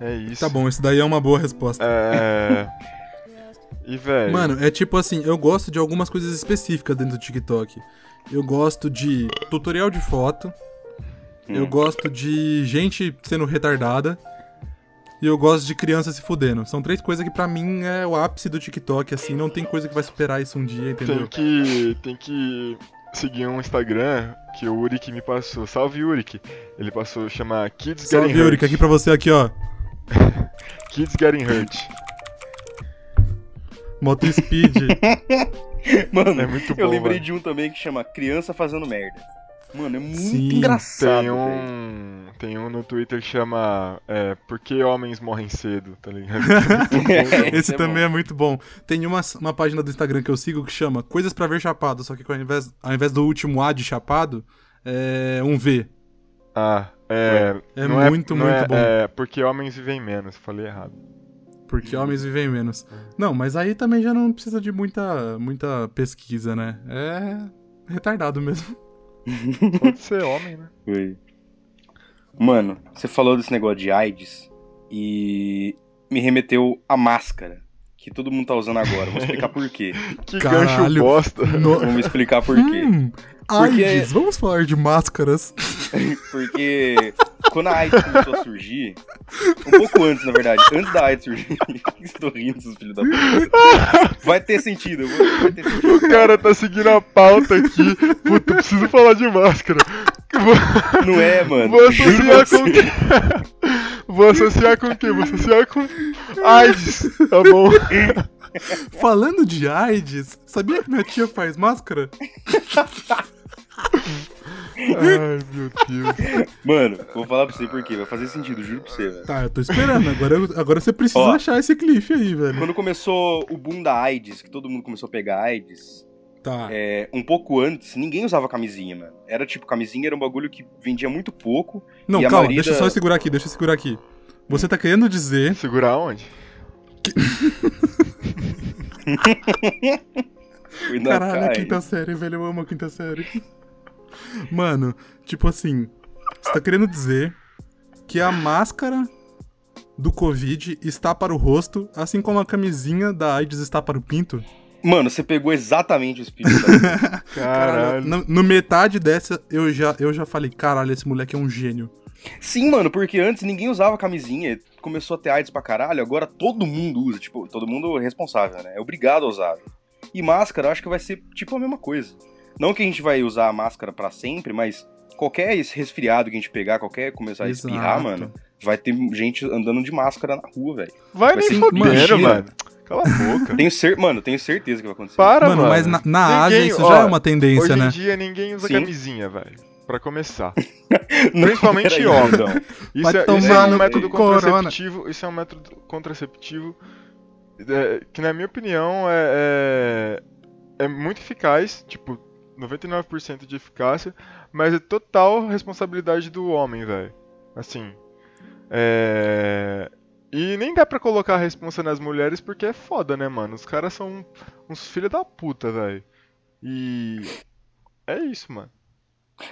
C: É isso.
A: Tá bom, isso daí é uma boa resposta.
C: É. E, velho.
A: Mano, é tipo assim, eu gosto de algumas coisas específicas dentro do TikTok. Eu gosto de tutorial de foto. Eu
B: Hum.
A: gosto de gente sendo retardada. E eu gosto de criança se fudendo. São três coisas que pra mim é o ápice do TikTok, assim, não tem coisa que vai superar isso um dia,
C: Tem
A: entendeu?
C: que, tem que seguir um Instagram que o Uric me passou. Salve, Uric. Ele passou chamar Kids
A: Salve,
C: Getting
A: Eurica,
C: Hurt.
A: aqui pra você aqui, ó.
C: Kids Getting Hurt.
A: Moto Speed.
B: Mano,
C: É muito
B: eu
C: bom,
B: lembrei
C: mano.
B: de um também que chama Criança Fazendo Merda. Mano, é muito
A: Sim,
B: engraçado.
C: Tem
B: velho.
C: um. Tem um no Twitter que chama. É, Por que homens morrem cedo, tá ligado?
B: É,
A: Esse
B: é
A: também
B: bom.
A: é muito bom. Tem uma, uma página do Instagram que eu sigo que chama Coisas pra Ver Chapado, só que ao invés, ao invés do último A de chapado, é um V.
C: ah, é.
A: É
C: não
A: muito,
C: não
A: muito bom.
C: É, porque homens vivem menos, falei errado.
A: Porque homens vivem menos. Não, mas aí também já não precisa de muita, muita pesquisa, né? É retardado mesmo.
C: Pode ser homem, né?
B: Foi. Mano, você falou desse negócio de AIDS e me remeteu à máscara que todo mundo tá usando agora. Vou explicar por quê.
C: Que
A: Caralho.
C: gancho bosta.
A: No...
B: Vamos explicar por quê.
A: Hum,
B: Porque-
A: AIDS, vamos falar de máscaras.
B: Porque quando a AIDS começou a surgir, um pouco antes, na verdade, antes da AIDS surgir, estou rindo, seus filhos da puta. Vai ter sentido, eu vou- vai ter sentido.
C: O cara tá seguindo a pauta aqui. Puta, eu preciso falar de máscara. Vou,
B: Não é, mano.
C: vou
B: Juro pra
C: associar
B: você.
C: com o quê? Vou associar com o quê? Vou associar com AIDS, tá bom?
A: Falando de AIDS, sabia que minha tia faz máscara?
C: Ai, meu Deus.
B: Mano, vou falar pra você por quê. Vai fazer sentido, juro pra você, velho.
A: Tá, eu tô esperando. Agora, eu- agora você precisa
B: Ó.
A: achar esse cliff aí, velho.
B: Quando começou o boom da AIDS, que todo mundo começou a pegar AIDS,
A: Tá.
B: é, um pouco antes, ninguém usava camisinha, mano. Era tipo, camisinha era um bagulho que vendia muito pouco.
A: Não,
B: e a
A: calma,
B: maioria
A: deixa eu só
B: da-
A: segurar aqui, deixa eu segurar aqui. Você tá querendo dizer
C: Segurar onde?
B: Foi na
A: Caralho, tá- a
B: cara.
A: quinta série, velho. Eu amo a quinta série. Mano, tipo assim, você tá querendo dizer que a máscara do Covid está para o rosto, assim como a camisinha da AIDS está para o pinto?
B: Mano, você pegou exatamente o espírito. da-
C: Caralho.
A: No, no metade dessa, eu já, eu já falei, caralho, esse moleque é um gênio.
B: Sim, mano, porque antes ninguém usava camisinha. Começou a ter AIDS pra caralho, agora todo mundo usa. Tipo, todo mundo é responsável, né? É obrigado a usar. E máscara, eu acho que vai ser tipo a mesma coisa. Não que a gente vai usar a máscara pra sempre, mas qualquer esse resfriado que a gente pegar, qualquer começar a espirrar,
A: Exato.
B: mano, vai ter gente andando de máscara na rua, velho.
C: Vai
B: Vai
A: Assim,
B: ser
C: nem fodendo,
B: mentira.
C: mano. Cala a boca.
B: Tenho cer... Mano, tenho certeza que vai acontecer.
C: Para,
A: Mano,
C: mano.
A: mas na, na
C: Ninguém-
A: Ásia isso
C: ó,
A: já é uma tendência,
C: Hoje
A: né?
C: em dia ninguém usa
B: Sim.
C: camisinha, velho. Pra começar.
B: Não,
C: Principalmente
B: peraí,
C: homem.
B: então.
C: Isso
A: Vai
C: é, isso é
A: tomar
C: um
A: no
C: método
A: cu, corona.
C: contraceptivo. Isso é um método contraceptivo é, que, na minha opinião, é, é, é muito eficaz, tipo, 99% de eficácia, mas é total responsabilidade do homem, velho. Assim. É. E nem dá pra colocar a responsa nas mulheres porque é foda, né, mano? Os caras são uns filhos da puta, velho. E. É isso, mano.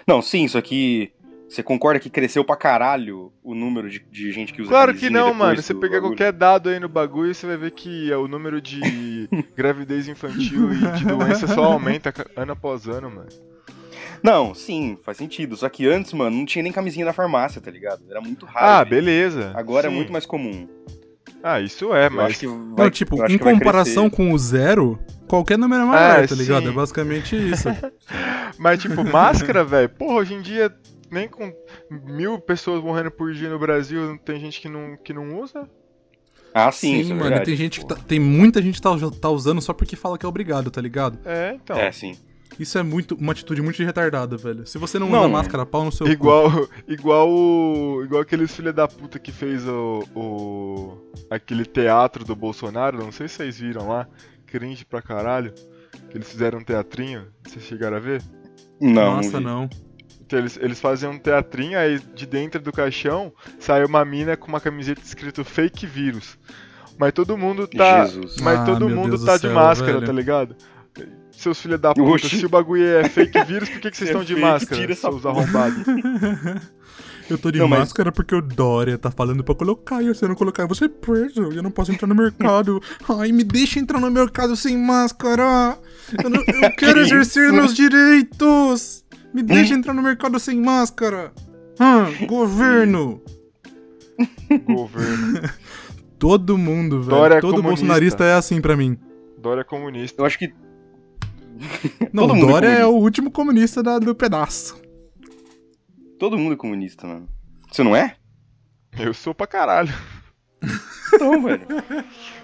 B: Não, sim, só que você concorda que cresceu pra caralho o número de, de gente que usa
C: Claro que
B: camisinha
C: não,
B: depois
C: mano.
B: do
C: Você pegar
B: bagulho?
C: qualquer dado aí no bagulho, você vai ver que é o número de gravidez infantil e de doença só aumenta ca- ano após ano, mano.
B: Não, sim, faz sentido. Só que antes, mano, não tinha nem camisinha na farmácia, tá ligado? Era muito raro.
C: Ah,
B: velho.
C: beleza.
B: Agora
C: Sim.
B: é muito mais comum.
C: Ah, isso é,
B: Eu acho
C: mas.
B: que vai,
A: Não, tipo,
B: eu acho
A: em
B: que vai
A: comparação com o zero, qualquer número é maior,
C: Ah,
A: tá ligado?
C: sim.
A: É basicamente isso.
C: Mas, tipo, máscara, velho. Porra, hoje em dia, nem com mil pessoas morrendo por dia no Brasil, tem gente que não, que não usa?
B: crescer. Ah, sim, isso é
A: mano.
B: verdade.
A: tem gente que
B: pô.
A: tá- tem muita gente que tá, tá usando só porque fala que é obrigado, tá ligado?
C: É, então.
B: É, sim.
A: Isso é muito uma atitude muito de retardada, velho. Se você não,
B: Não,
A: usa
B: mano.
A: máscara, pau no seu
C: Igual, igual, o- igual aqueles filha da puta que fez o, o- aquele teatro do Bolsonaro, não sei se vocês viram lá, cringe pra caralho, que eles fizeram um teatrinho, vocês chegaram a ver?
A: cu.
B: Não,
A: Nossa,
B: vi.
A: não.
C: Então, eles, eles faziam um teatrinho, aí de dentro do caixão saiu uma mina com uma camiseta escrito fake vírus. Mas todo mundo tá.
B: Jesus.
C: Mas
A: Ah,
C: todo
A: meu
C: mundo
A: Deus do
C: tá de
A: céu,
C: máscara,
A: velho.
C: tá ligado? Seus filha da puta,
B: Oxi.
C: se o bagulho é fake vírus, por que, que vocês
B: É
C: estão de
B: fake,
C: máscara?
B: tira essa
C: seus arrombados.
A: Eu tô de
B: Não, mas-
A: máscara porque o Dória tá falando pra colocar, e se eu não colocar, eu vou ser preso, e eu não posso entrar no mercado. Ai, me deixa entrar no mercado sem máscara! Eu, não- eu quero
B: isso?
A: exercer meus direitos! Me deixa
B: Hum?
A: entrar no mercado sem máscara! Hum, governo!
C: Governo.
A: Todo mundo, velho.
C: Dória é
A: Todo
C: comunista.
A: bolsonarista é assim pra mim.
C: Dória é comunista.
B: Eu acho que.
A: Não,
B: Todo
A: o
B: mundo é
A: Dória é,
B: comunista.
A: o último comunista da- do pedaço.
B: Todo mundo é comunista, mano. Você não é?
C: Eu sou pra caralho.
B: questão, Então, velho.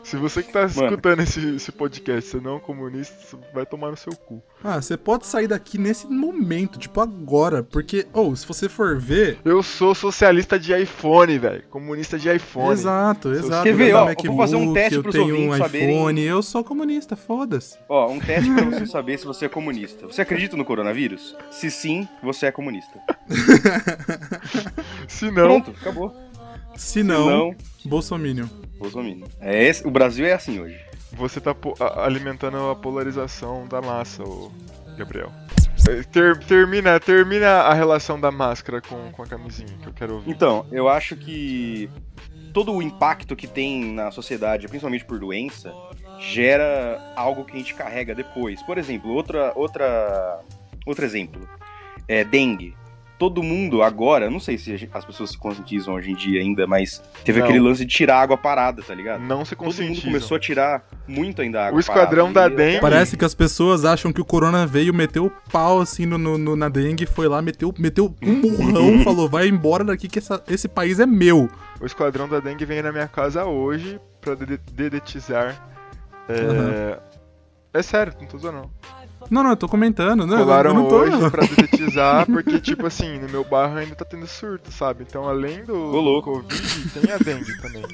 C: Se você que tá escutando esse, esse podcast, você não é um comunista, você vai tomar no seu cu.
A: Ah, você pode sair daqui nesse momento, tipo agora, porque, ou, se você for ver.
C: Eu sou socialista de iPhone, velho. Comunista de iPhone.
A: Exato, exato.
B: quer
A: eu
B: ver,
A: tenho
B: ó,
A: MacBook,
B: eu vou fazer um teste
A: eu
B: pros
A: tenho um
B: ouvintes saberem.
A: iPhone, eu sou comunista, foda-se.
B: Ó, um teste pra você saber se você é comunista. Você acredita no coronavírus? Se sim, você é comunista.
C: Se não,
B: Pronto, acabou.
A: Se
B: Não,
A: não,
B: não
A: Bolsominion.
B: Bolsonaro. É esse- o Brasil é assim hoje.
C: você tá po- a- alimentando a polarização da massa, ô Gabriel. Eh, ter- termina, termina a relação da máscara com, com a camisinha, que eu quero ouvir.
B: Então, eu acho que todo o impacto que tem na sociedade, principalmente por doença, gera algo que a gente carrega depois. Por exemplo, outra, outra, outro exemplo é dengue. Todo mundo agora, não sei se a gen- as pessoas se conscientizam hoje em dia ainda, mas teve
C: Não.
B: aquele lance de tirar água parada, tá ligado?
C: Não se
B: Todo mundo
C: conscientiza.
B: começou a tirar muito ainda água
C: O esquadrão
B: parada.
C: da
B: E
C: dengue-
B: até-
A: Parece que as pessoas acham que o corona veio, meteu o pau assim no, no- no- na dengue, foi lá, meteu, meteu um burrão, falou, vai embora daqui que essa- esse país é meu.
C: O esquadrão da dengue vem na minha casa hoje pra dede- dedetizar. É... é sério, não tô zoando. não.
A: Não, não, eu tô comentando, né? eu
C: Colaram
A: não tô.
C: hoje pra dedetizar, porque, tipo assim, no meu bairro ainda tá tendo surto, sabe? Então, além do,
B: Ô,
C: do
B: louco.
C: Covid, tem a dengue também.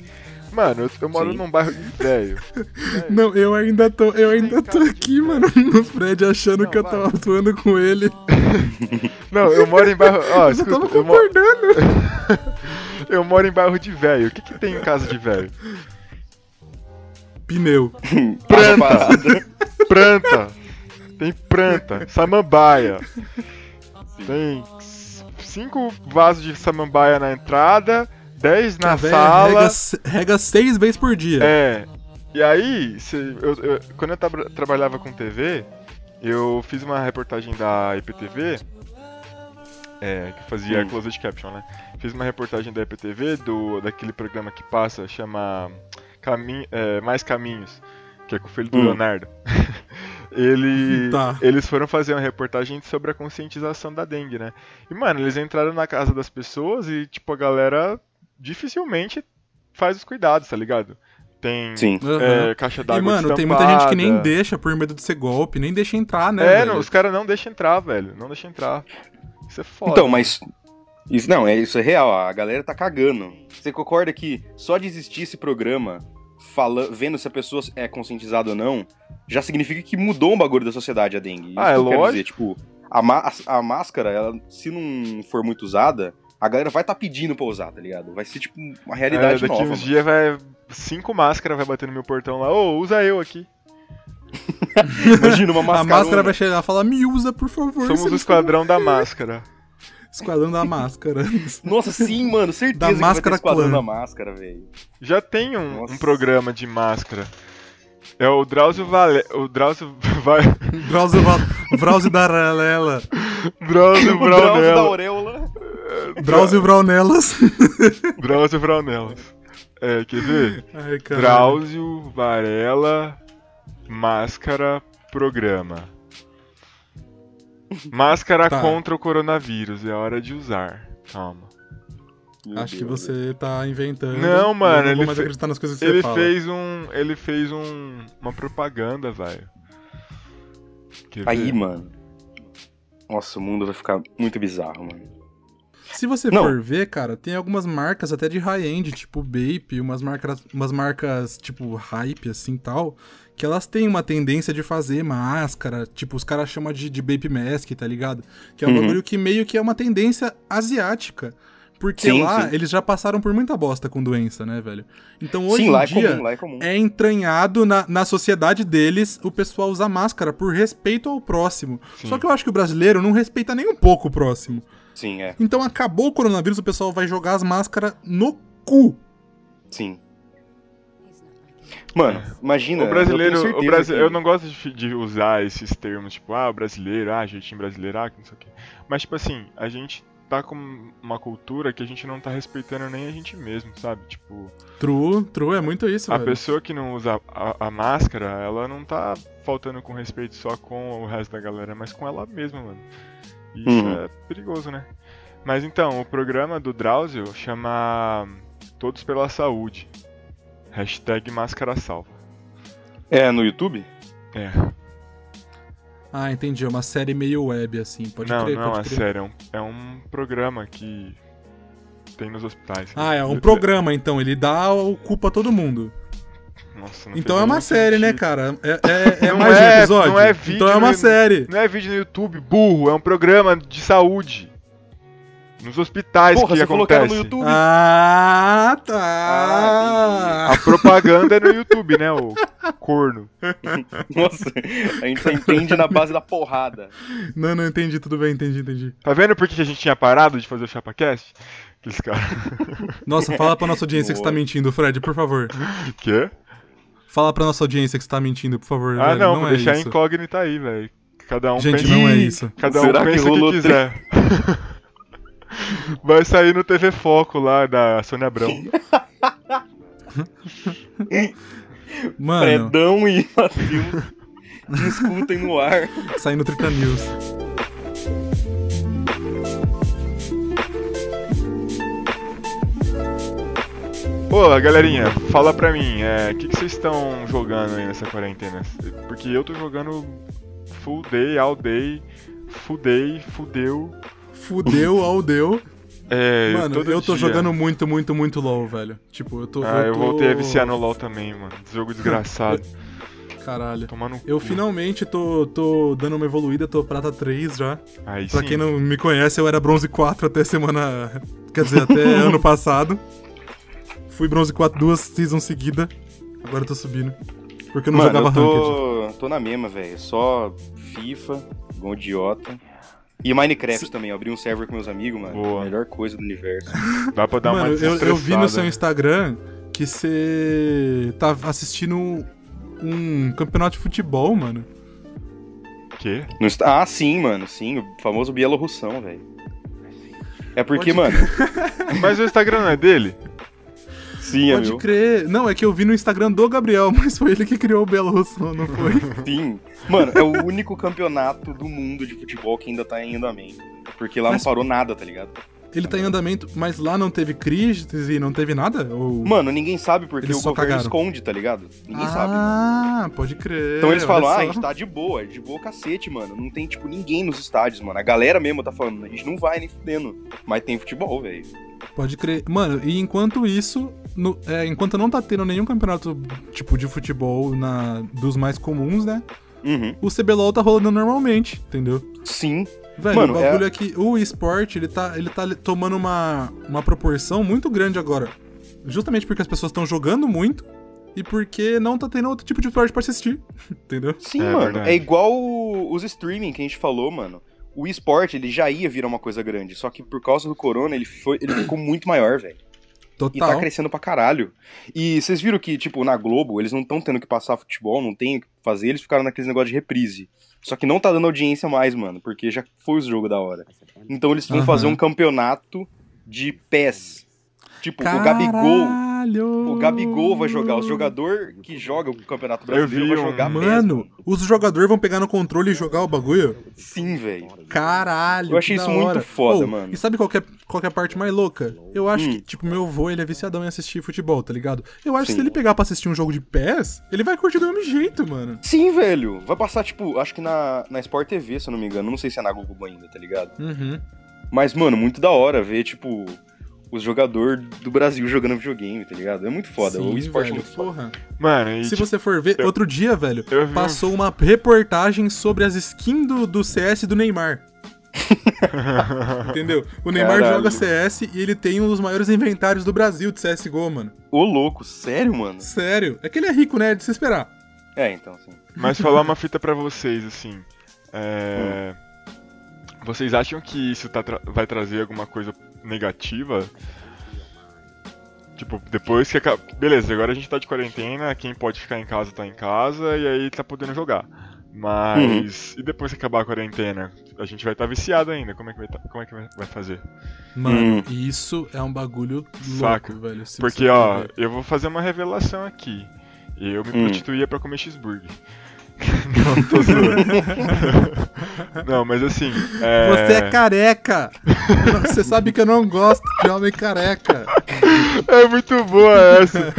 C: Mano, eu, eu moro
B: Sim.
C: num bairro de velho.
A: Não, eu ainda tô, eu ainda
C: Tem
A: tô
C: cara de
A: aqui,
C: velho.
A: mano, no Fred achando
C: Não,
A: que eu
C: vai.
A: tava atuando com ele.
C: Não, eu moro em bairro. Ó,
A: Mas eu
C: escuta,
A: tava
C: É eu, mo-
A: concordando.
C: eu moro em bairro de velho. O que, que tem em casa de velho?
A: Pneu.
B: água
C: Planta.
B: parada.
C: Planta! Tem planta, samambaia. Tem c- cinco vasos de samambaia na entrada, dez na
A: A véia
C: sala.
A: Rega, se- rega seis vezes por dia.
C: É. E aí, se- eu- eu- quando eu tabra- trabalhava com TV, eu fiz uma reportagem da IPTV, é, que fazia
B: Hum.
C: closed caption, né? Fiz uma reportagem da IPTV, do, daquele programa que passa, chama Camin- é, Mais Caminhos, que é com o filho do
B: Hum.
C: Leonardo. Ele,
A: Tá.
C: Eles foram fazer uma reportagem sobre a conscientização da dengue, né? E, mano, eles entraram na casa das pessoas e, tipo, a galera dificilmente faz os cuidados, tá ligado? Tem
B: Sim.
A: Aham.
C: é, caixa d'água
A: E, mano, tem muita gente que nem deixa por medo de ser golpe, nem deixa entrar, né?
C: É,
A: velho?
C: não, os caras não deixam entrar, velho. Não deixam entrar. Isso é foda.
B: Então, mas. Isso, não, é, isso é real, a galera tá cagando. Você concorda que só de existir esse programa, fala, vendo se a pessoa é conscientizada ou não, já significa que mudou um bagulho da sociedade a dengue. Isso
C: Ah, é
B: que eu quero
C: lógico.
B: dizer, tipo, a, ma- a máscara, ela, se não for muito usada, a galera vai tá pedindo pra usar, tá ligado? Vai ser, tipo, uma realidade
C: é, daqui
B: nova.
C: uns
B: mano.
C: dias vai. Cinco máscaras vai bater no meu portão lá. Ô, usa eu aqui.
B: Imagina uma
A: A
B: máscara.
A: máscara vai chegar e falar, me usa, por favor.
C: um- Somos
A: você
C: o
A: não-
C: esquadrão da máscara.
A: Esquadrão da máscara.
B: Nossa, sim, mano, certeza
A: Da
B: que vai ter
A: máscara
B: esquadrão
A: clã.
B: da máscara, velho.
C: Já tem um,
B: Nossa.
C: um programa de máscara. É o Drauzio Vale. O Drauzio. Vai.
A: Drauzio, Val... Drauzio da Ralela.
C: Drauzio
B: O Drauzio da
C: Braunella.
B: auréola.
A: Drauzio Braunelas.
C: Drauzio Braunelas. É, quer ver?
A: Ai, cara.
C: Drauzio, Varela, Máscara, Programa. Máscara
A: Tá.
C: contra o coronavírus, é hora de usar. Calma.
B: Meu
A: Acho que
B: Deus,
A: você tá inventando.
C: Não, mano,
A: Eu não vou
C: ele
A: mais
C: fe-
A: acreditar nas coisas que
C: Ele
A: você fala.
C: fez um. Ele fez um. uma propaganda, velho. Quer ver?
B: Aí, mano. Nossa, o mundo vai ficar muito bizarro, mano.
A: Se você
B: Não.
A: for ver, cara, tem algumas marcas até de high-end, tipo Bape, umas marcas, umas marcas tipo hype, assim tal, que elas têm uma tendência de fazer máscara, tipo, os caras chamam de, de Bape Mask, tá ligado? Que é um
B: Uhum.
A: bagulho que meio que é uma tendência asiática. Porque
B: Sim,
A: lá
B: sim.
A: eles já passaram por muita bosta com doença, né, velho? Então hoje
B: Sim, lá
A: em
B: é
A: dia
B: comum, lá é comum.
A: é entranhado na, na sociedade deles o pessoal usar máscara por respeito ao próximo.
C: Sim.
A: Só que eu acho que o brasileiro não respeita nem um pouco o próximo.
B: Sim, é.
A: Então acabou o coronavírus, o pessoal vai jogar as máscaras no cu.
B: Sim. Mano, imagina.
C: O
B: eu
C: brasileiro, eu,
B: tenho
C: o
B: certeza
C: brasi-
B: que-
C: eu não gosto de, fi- de usar esses termos, tipo, ah, o brasileiro, ah, jeitinho brasileiro, ah, que não sei o quê. Mas, tipo assim, a gente tá com uma cultura que a gente não tá respeitando nem a gente mesmo, sabe? Tipo,
A: True, true, é muito isso,
C: a
A: velho.
C: pessoa que não usa a, a máscara, ela não tá faltando com respeito só com o resto da galera, mas com ela mesma, mano. E Isso
B: Uhum.
C: é perigoso, né? Mas então, o programa do Drauzio chama Todos pela Saúde. Hashtag máscara salva.
B: É no YouTube?
C: É.
A: Ah, entendi. É uma série meio web, assim. Pode
C: não,
A: crer,
C: não,
A: pode
C: é
A: crer.
C: sério. É um, é um programa que tem nos hospitais. né?
A: Ah, é um programa, então. Ele dá o cu pra todo mundo.
C: Nossa, não fez
A: Então é
C: nenhum
A: uma série, né,
C: sentido.
A: cara? É, é- é
C: Não
A: mais
C: é-
A: um episódio?
C: não é vídeo,
A: então é uma
C: né?
A: série.
C: Não é vídeo no YouTube, burro. É um programa de saúde. Nos hospitais
B: Porra,
C: que
B: você falou que era
C: acontece.
B: no YouTube.
A: Ah,
B: Ah,
A: tá.
C: A propaganda é no YouTube, né, o corno.
B: Nossa, a gente só entende na base da porrada.
A: não, não, entendi. Tudo bem, entendi, entendi.
C: Tá vendo por que a gente tinha parado de fazer o ChapaCast? Que esse cara...
A: Nossa, fala pra nossa audiência que você tá
B: Boa.
A: mentindo, Fred, por favor.
C: Quê?
A: Fala pra nossa audiência que você tá mentindo, por favor.
C: Ah,
A: velho.
C: não, vou
A: é
C: deixar
A: isso.
C: incógnita aí, velho. Cada um
A: Gente,
C: pensa...
A: não é isso.
C: Cada
B: Será
C: um
B: que
C: pensa o
B: rolou
C: que quiser. Vai sair no TV Foco lá da Sônia Abrão.
A: Mano,
B: Predão e Matheus discutem no ar.
A: saindo 30 News.
C: Ô, galerinha, fala pra mim, é, o que, que vocês estão jogando aí nessa quarentena? Porque eu tô jogando full day, all day, full day, fudeu.
A: Fudeu ao deu.
C: É,
A: Mano,
C: todo
A: eu tô
C: dia.
A: jogando muito, muito, muito LOL, velho. Tipo, eu tô.
C: Ah, eu
A: tô-
C: voltei a viciar no LoL também, mano. Jogo desgraçado.
A: Caralho.
C: Tomar no
A: Eu
C: cu.
A: finalmente tô, tô dando uma evoluída, tô prata 3 já.
C: Aí
A: Pra
C: sim.
A: quem não me conhece, eu era bronze 4 até semana. Quer dizer, até ano passado. Fui bronze 4 duas seasons seguida. Agora eu tô subindo. Porque eu não
B: Mano,
A: jogava
B: eu
A: ranked.
B: tô, tô na mesma, velho. Só FIFA, igual idiota. E Minecraft também. Eu abri um server com meus amigos, mano.
C: Boa.
B: Melhor coisa do universo.
C: Dá pra dar
A: Mano,
C: uma
A: eu, eu vi no seu
C: desestressada.
A: Instagram que você tá assistindo um campeonato de futebol, mano.
C: Quê?
B: No Insta- Ah, sim, mano. Sim, o famoso bielorrussão, velho. É porque,
A: Pode-
B: mano...
C: Mas o Instagram não é dele?
B: Sim, é
A: Pode
B: meu.
A: crer. Não, é que eu vi no Instagram do Gabriel, mas foi ele que criou o Belo Russo, não foi?
B: Sim. Mano, é o único campeonato do mundo de futebol que ainda tá em andamento. Porque lá
A: Mas-
B: não parou nada, tá ligado?
A: ele tá em andamento, mas lá não teve crise e não teve nada? Ou...
B: Mano, ninguém sabe porque
A: Eles
B: o
A: só
B: governo
A: cagaram.
B: esconde, tá ligado? Ninguém sabe.
A: ah, pode crer.
B: Então eles
A: olha
B: falam, ah,
A: só.
B: a gente tá de boa, de boa cacete, mano. Não tem, tipo, ninguém nos estádios, mano. A galera mesmo tá falando, a gente não vai nem fudendo. Mas tem futebol, velho.
A: Pode crer. Mano, e enquanto isso, no- é, enquanto não tá tendo nenhum campeonato tipo de futebol na, dos mais comuns, né?
B: Uhum.
A: O CBLOL tá rolando normalmente, entendeu?
B: Sim.
A: Velho,
B: Mano,
A: o bagulho é... que o esporte, ele tá, ele tá le- tomando uma, uma proporção muito grande agora. Justamente porque as pessoas estão jogando muito e porque não tá tendo outro tipo de esporte pra assistir, entendeu?
B: Sim,
C: É
B: mano.
C: verdade.
B: É igual o- os streaming que a gente falou, mano. O esporte, ele já ia virar uma coisa grande. Só que por causa do corona, ele, foi, ele ficou muito maior, velho. E tá
A: Total.
B: crescendo pra caralho. E vocês viram que, tipo, na Globo, eles não estão tendo que passar futebol, não tem o que fazer, eles ficaram naqueles negócio de reprise. Só que não tá dando audiência mais, mano, porque já foi o jogo da hora. Então eles vão
A: Aham.
B: fazer um campeonato de pés. Tipo, o Gabigol.
A: Caralho!
B: O Gabigol vai jogar. O jogador que joga o Campeonato Brasileiro
C: vi
B: vai
C: um-
B: jogar mesmo.
A: Mano, os jogadores vão pegar no controle e jogar o bagulho?
B: Sim, velho.
A: Caralho,
B: Eu achei
A: que da
B: isso muito
A: hora.
B: foda,
A: Oh,
B: mano.
A: E sabe qual que, é, qual que é a parte mais louca? Eu acho
B: Hum.
A: que, tipo, meu avô, ele é viciadão em assistir futebol, tá ligado? Eu acho que se
B: Sim.
A: ele pegar pra assistir um jogo de pés, ele vai curtir do mesmo jeito, mano.
B: Sim, velho. Vai passar, tipo, acho que na, na Sport TV, se eu não me engano. Não sei se é na Globo ainda, tá ligado?
A: Uhum.
B: Mas, mano, muito da hora ver, tipo, os jogadores do Brasil jogando videogame, tá ligado? É muito foda. o esporte é
A: velho,
B: muito foda.
A: porra.
C: Mano, e
A: Se você for ver,
C: eu-
A: outro dia, velho,
C: eu vi um-
A: passou uma reportagem sobre as skins do, do CS do Neymar. Entendeu? O Neymar
B: Caralho.
A: joga CS e ele tem um dos maiores inventários do Brasil de CSGO, mano.
B: Ô, louco, sério, mano?
A: Sério. É que ele é rico, né? É de se esperar.
B: É, então, assim.
C: Mas falar uma fita pra vocês, assim. É... Vocês acham que isso tá tra- vai trazer alguma coisa negativa? Tipo, depois que acaba. Beleza, agora a gente tá de quarentena, quem pode ficar em casa tá em casa e aí tá podendo jogar. Mas. E depois que acabar a quarentena? A gente vai estar tá viciado ainda. Como é que vai, tá- como é que vai- vai fazer?
A: Mano, isso é um bagulho
C: Hum. Saca.
A: louco, velho. se
C: Porque,
A: você for
C: ó,
A: ver.
C: eu vou fazer uma revelação aqui. Eu me
B: Hum.
C: prostituía pra comer cheeseburger. Não, tô zoando. Não, mas assim. É...
A: Você é careca! Você sabe que eu não gosto de homem careca.
C: É muito boa essa.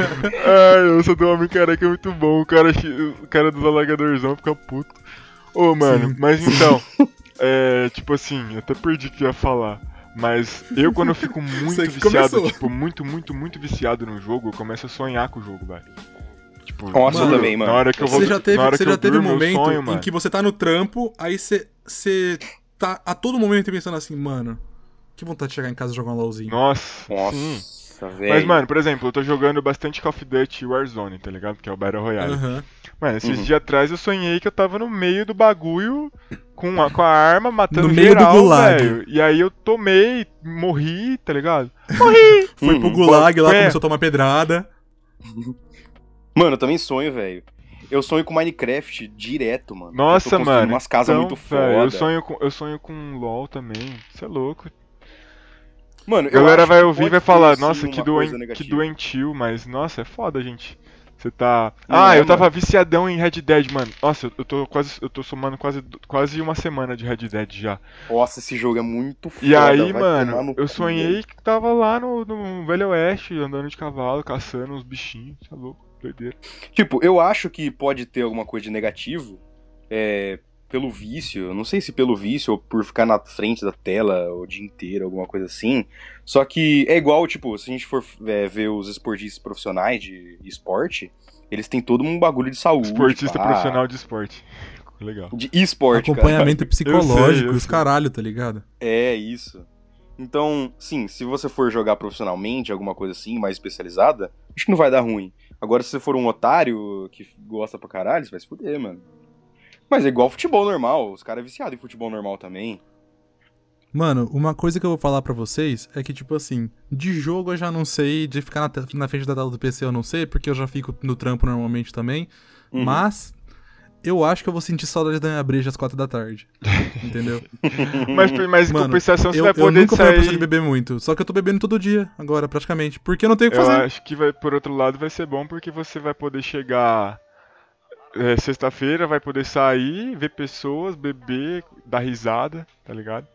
C: Ai, eu sou do homem careca, é muito bom. O cara, chi- o cara dos alagadorzão fica puto. Ô, mano, mas então, é, tipo assim, até perdi o que eu ia falar. Mas eu, quando eu fico muito
A: Você que
C: viciado,
A: começou.
C: tipo, muito, muito, muito viciado no jogo, eu começo a sonhar com o jogo, velho. Tipo,
B: Nossa,
A: eu
B: também, mano.
C: Na hora que eu vou
A: Você já teve,
C: na hora
A: você
C: que
A: já
C: eu
A: teve um
C: durmo, eu
A: momento
C: sonho,
A: em
C: mano.
A: que você tá no trampo, aí você, você tá a todo momento pensando assim, mano, que vontade de chegar em casa e jogar um LOLzinho.
C: Nossa, sim.
B: Nossa, velho.
C: Mas, mano, por exemplo, eu tô jogando bastante Call of Duty Warzone, tá ligado? Que é o Battle Royale.
A: Aham.
C: Mano, esses
B: Uhum.
C: dias atrás eu sonhei que eu tava no meio do bagulho com a, com a arma matando
A: No meio do
C: geral,
A: gulag.
C: velho. E aí eu tomei, morri, tá ligado?
A: Foi pro
B: Uhum.
A: gulag lá,
C: É.
A: começou a tomar pedrada.
B: Mano, eu também sonho, velho. Eu sonho com Minecraft direto, mano.
C: Nossa,
B: eu tô construindo
C: mano,
B: umas casas
C: Então,
B: muito
C: velho,
B: foda.
C: Eu sonho com eu sonho com um LoL também. Você é louco.
B: Mano, eu
C: A galera
B: acho
C: vai
B: que
C: ouvir e
B: pode
C: vai
B: ter,
C: falar,
B: sim,
C: nossa,
B: uma coisa
C: que, doen- que
B: negativa.
C: doentio, mas nossa, é foda, gente. Você tá.
B: Não
C: ah,
B: é,
C: eu tava viciadão em Red Dead, mano. Nossa, eu- eu tô quase. Eu tô somando quase, quase uma semana de Red Dead já.
B: Nossa, esse jogo é muito foda.
C: E aí,
B: vai tomar
C: mano,
B: no
C: eu
B: cu, velho.
C: sonhei que tava lá no, no Velho Oeste, andando de cavalo, caçando uns bichinhos, tá louco, doideira.
B: Tipo, eu acho que pode ter alguma coisa de negativo. É. Pelo vício, eu não sei se pelo vício ou por ficar na frente da tela o dia inteiro, alguma coisa assim. Só que é igual, tipo, se a gente for é, ver os esportistas profissionais de esporte, eles têm todo um bagulho de saúde.
C: Esportista
B: pá,
C: profissional de esporte. Legal.
B: De esporte, cara.
A: Acompanhamento
C: Eu sei,
A: psicológico,
C: eu
A: e os
C: sei.
A: caralho, tá ligado?
B: É isso. Então, sim, se você for jogar profissionalmente, alguma coisa assim, mais especializada, acho que não vai dar ruim. Agora, se você for um otário que gosta pra caralho, você vai se fuder, mano. Mas é igual futebol normal, os caras é viciado em futebol normal também.
A: Mano, uma coisa que eu vou falar pra vocês é que, tipo assim, de jogo eu já não sei, de ficar na, te- na frente da tela do PC eu não sei, porque eu já fico no trampo normalmente também,
B: Uhum.
A: mas eu acho que eu vou sentir saudade da minha breja às quatro da tarde. Entendeu?
B: Hum.
C: Mas, mas em
A: Mano,
B: Então
C: compensação, você
A: eu,
C: vai
A: eu
C: poder
A: nunca fui uma pessoa de
C: sair.
A: beber muito, só que eu tô bebendo todo dia agora, praticamente, porque eu não tenho o que
C: Eu
A: fazer.
C: acho que vai, por outro lado vai ser bom porque você vai poder chegar é, sexta-feira, vai poder sair, ver pessoas, beber, dar risada, tá ligado?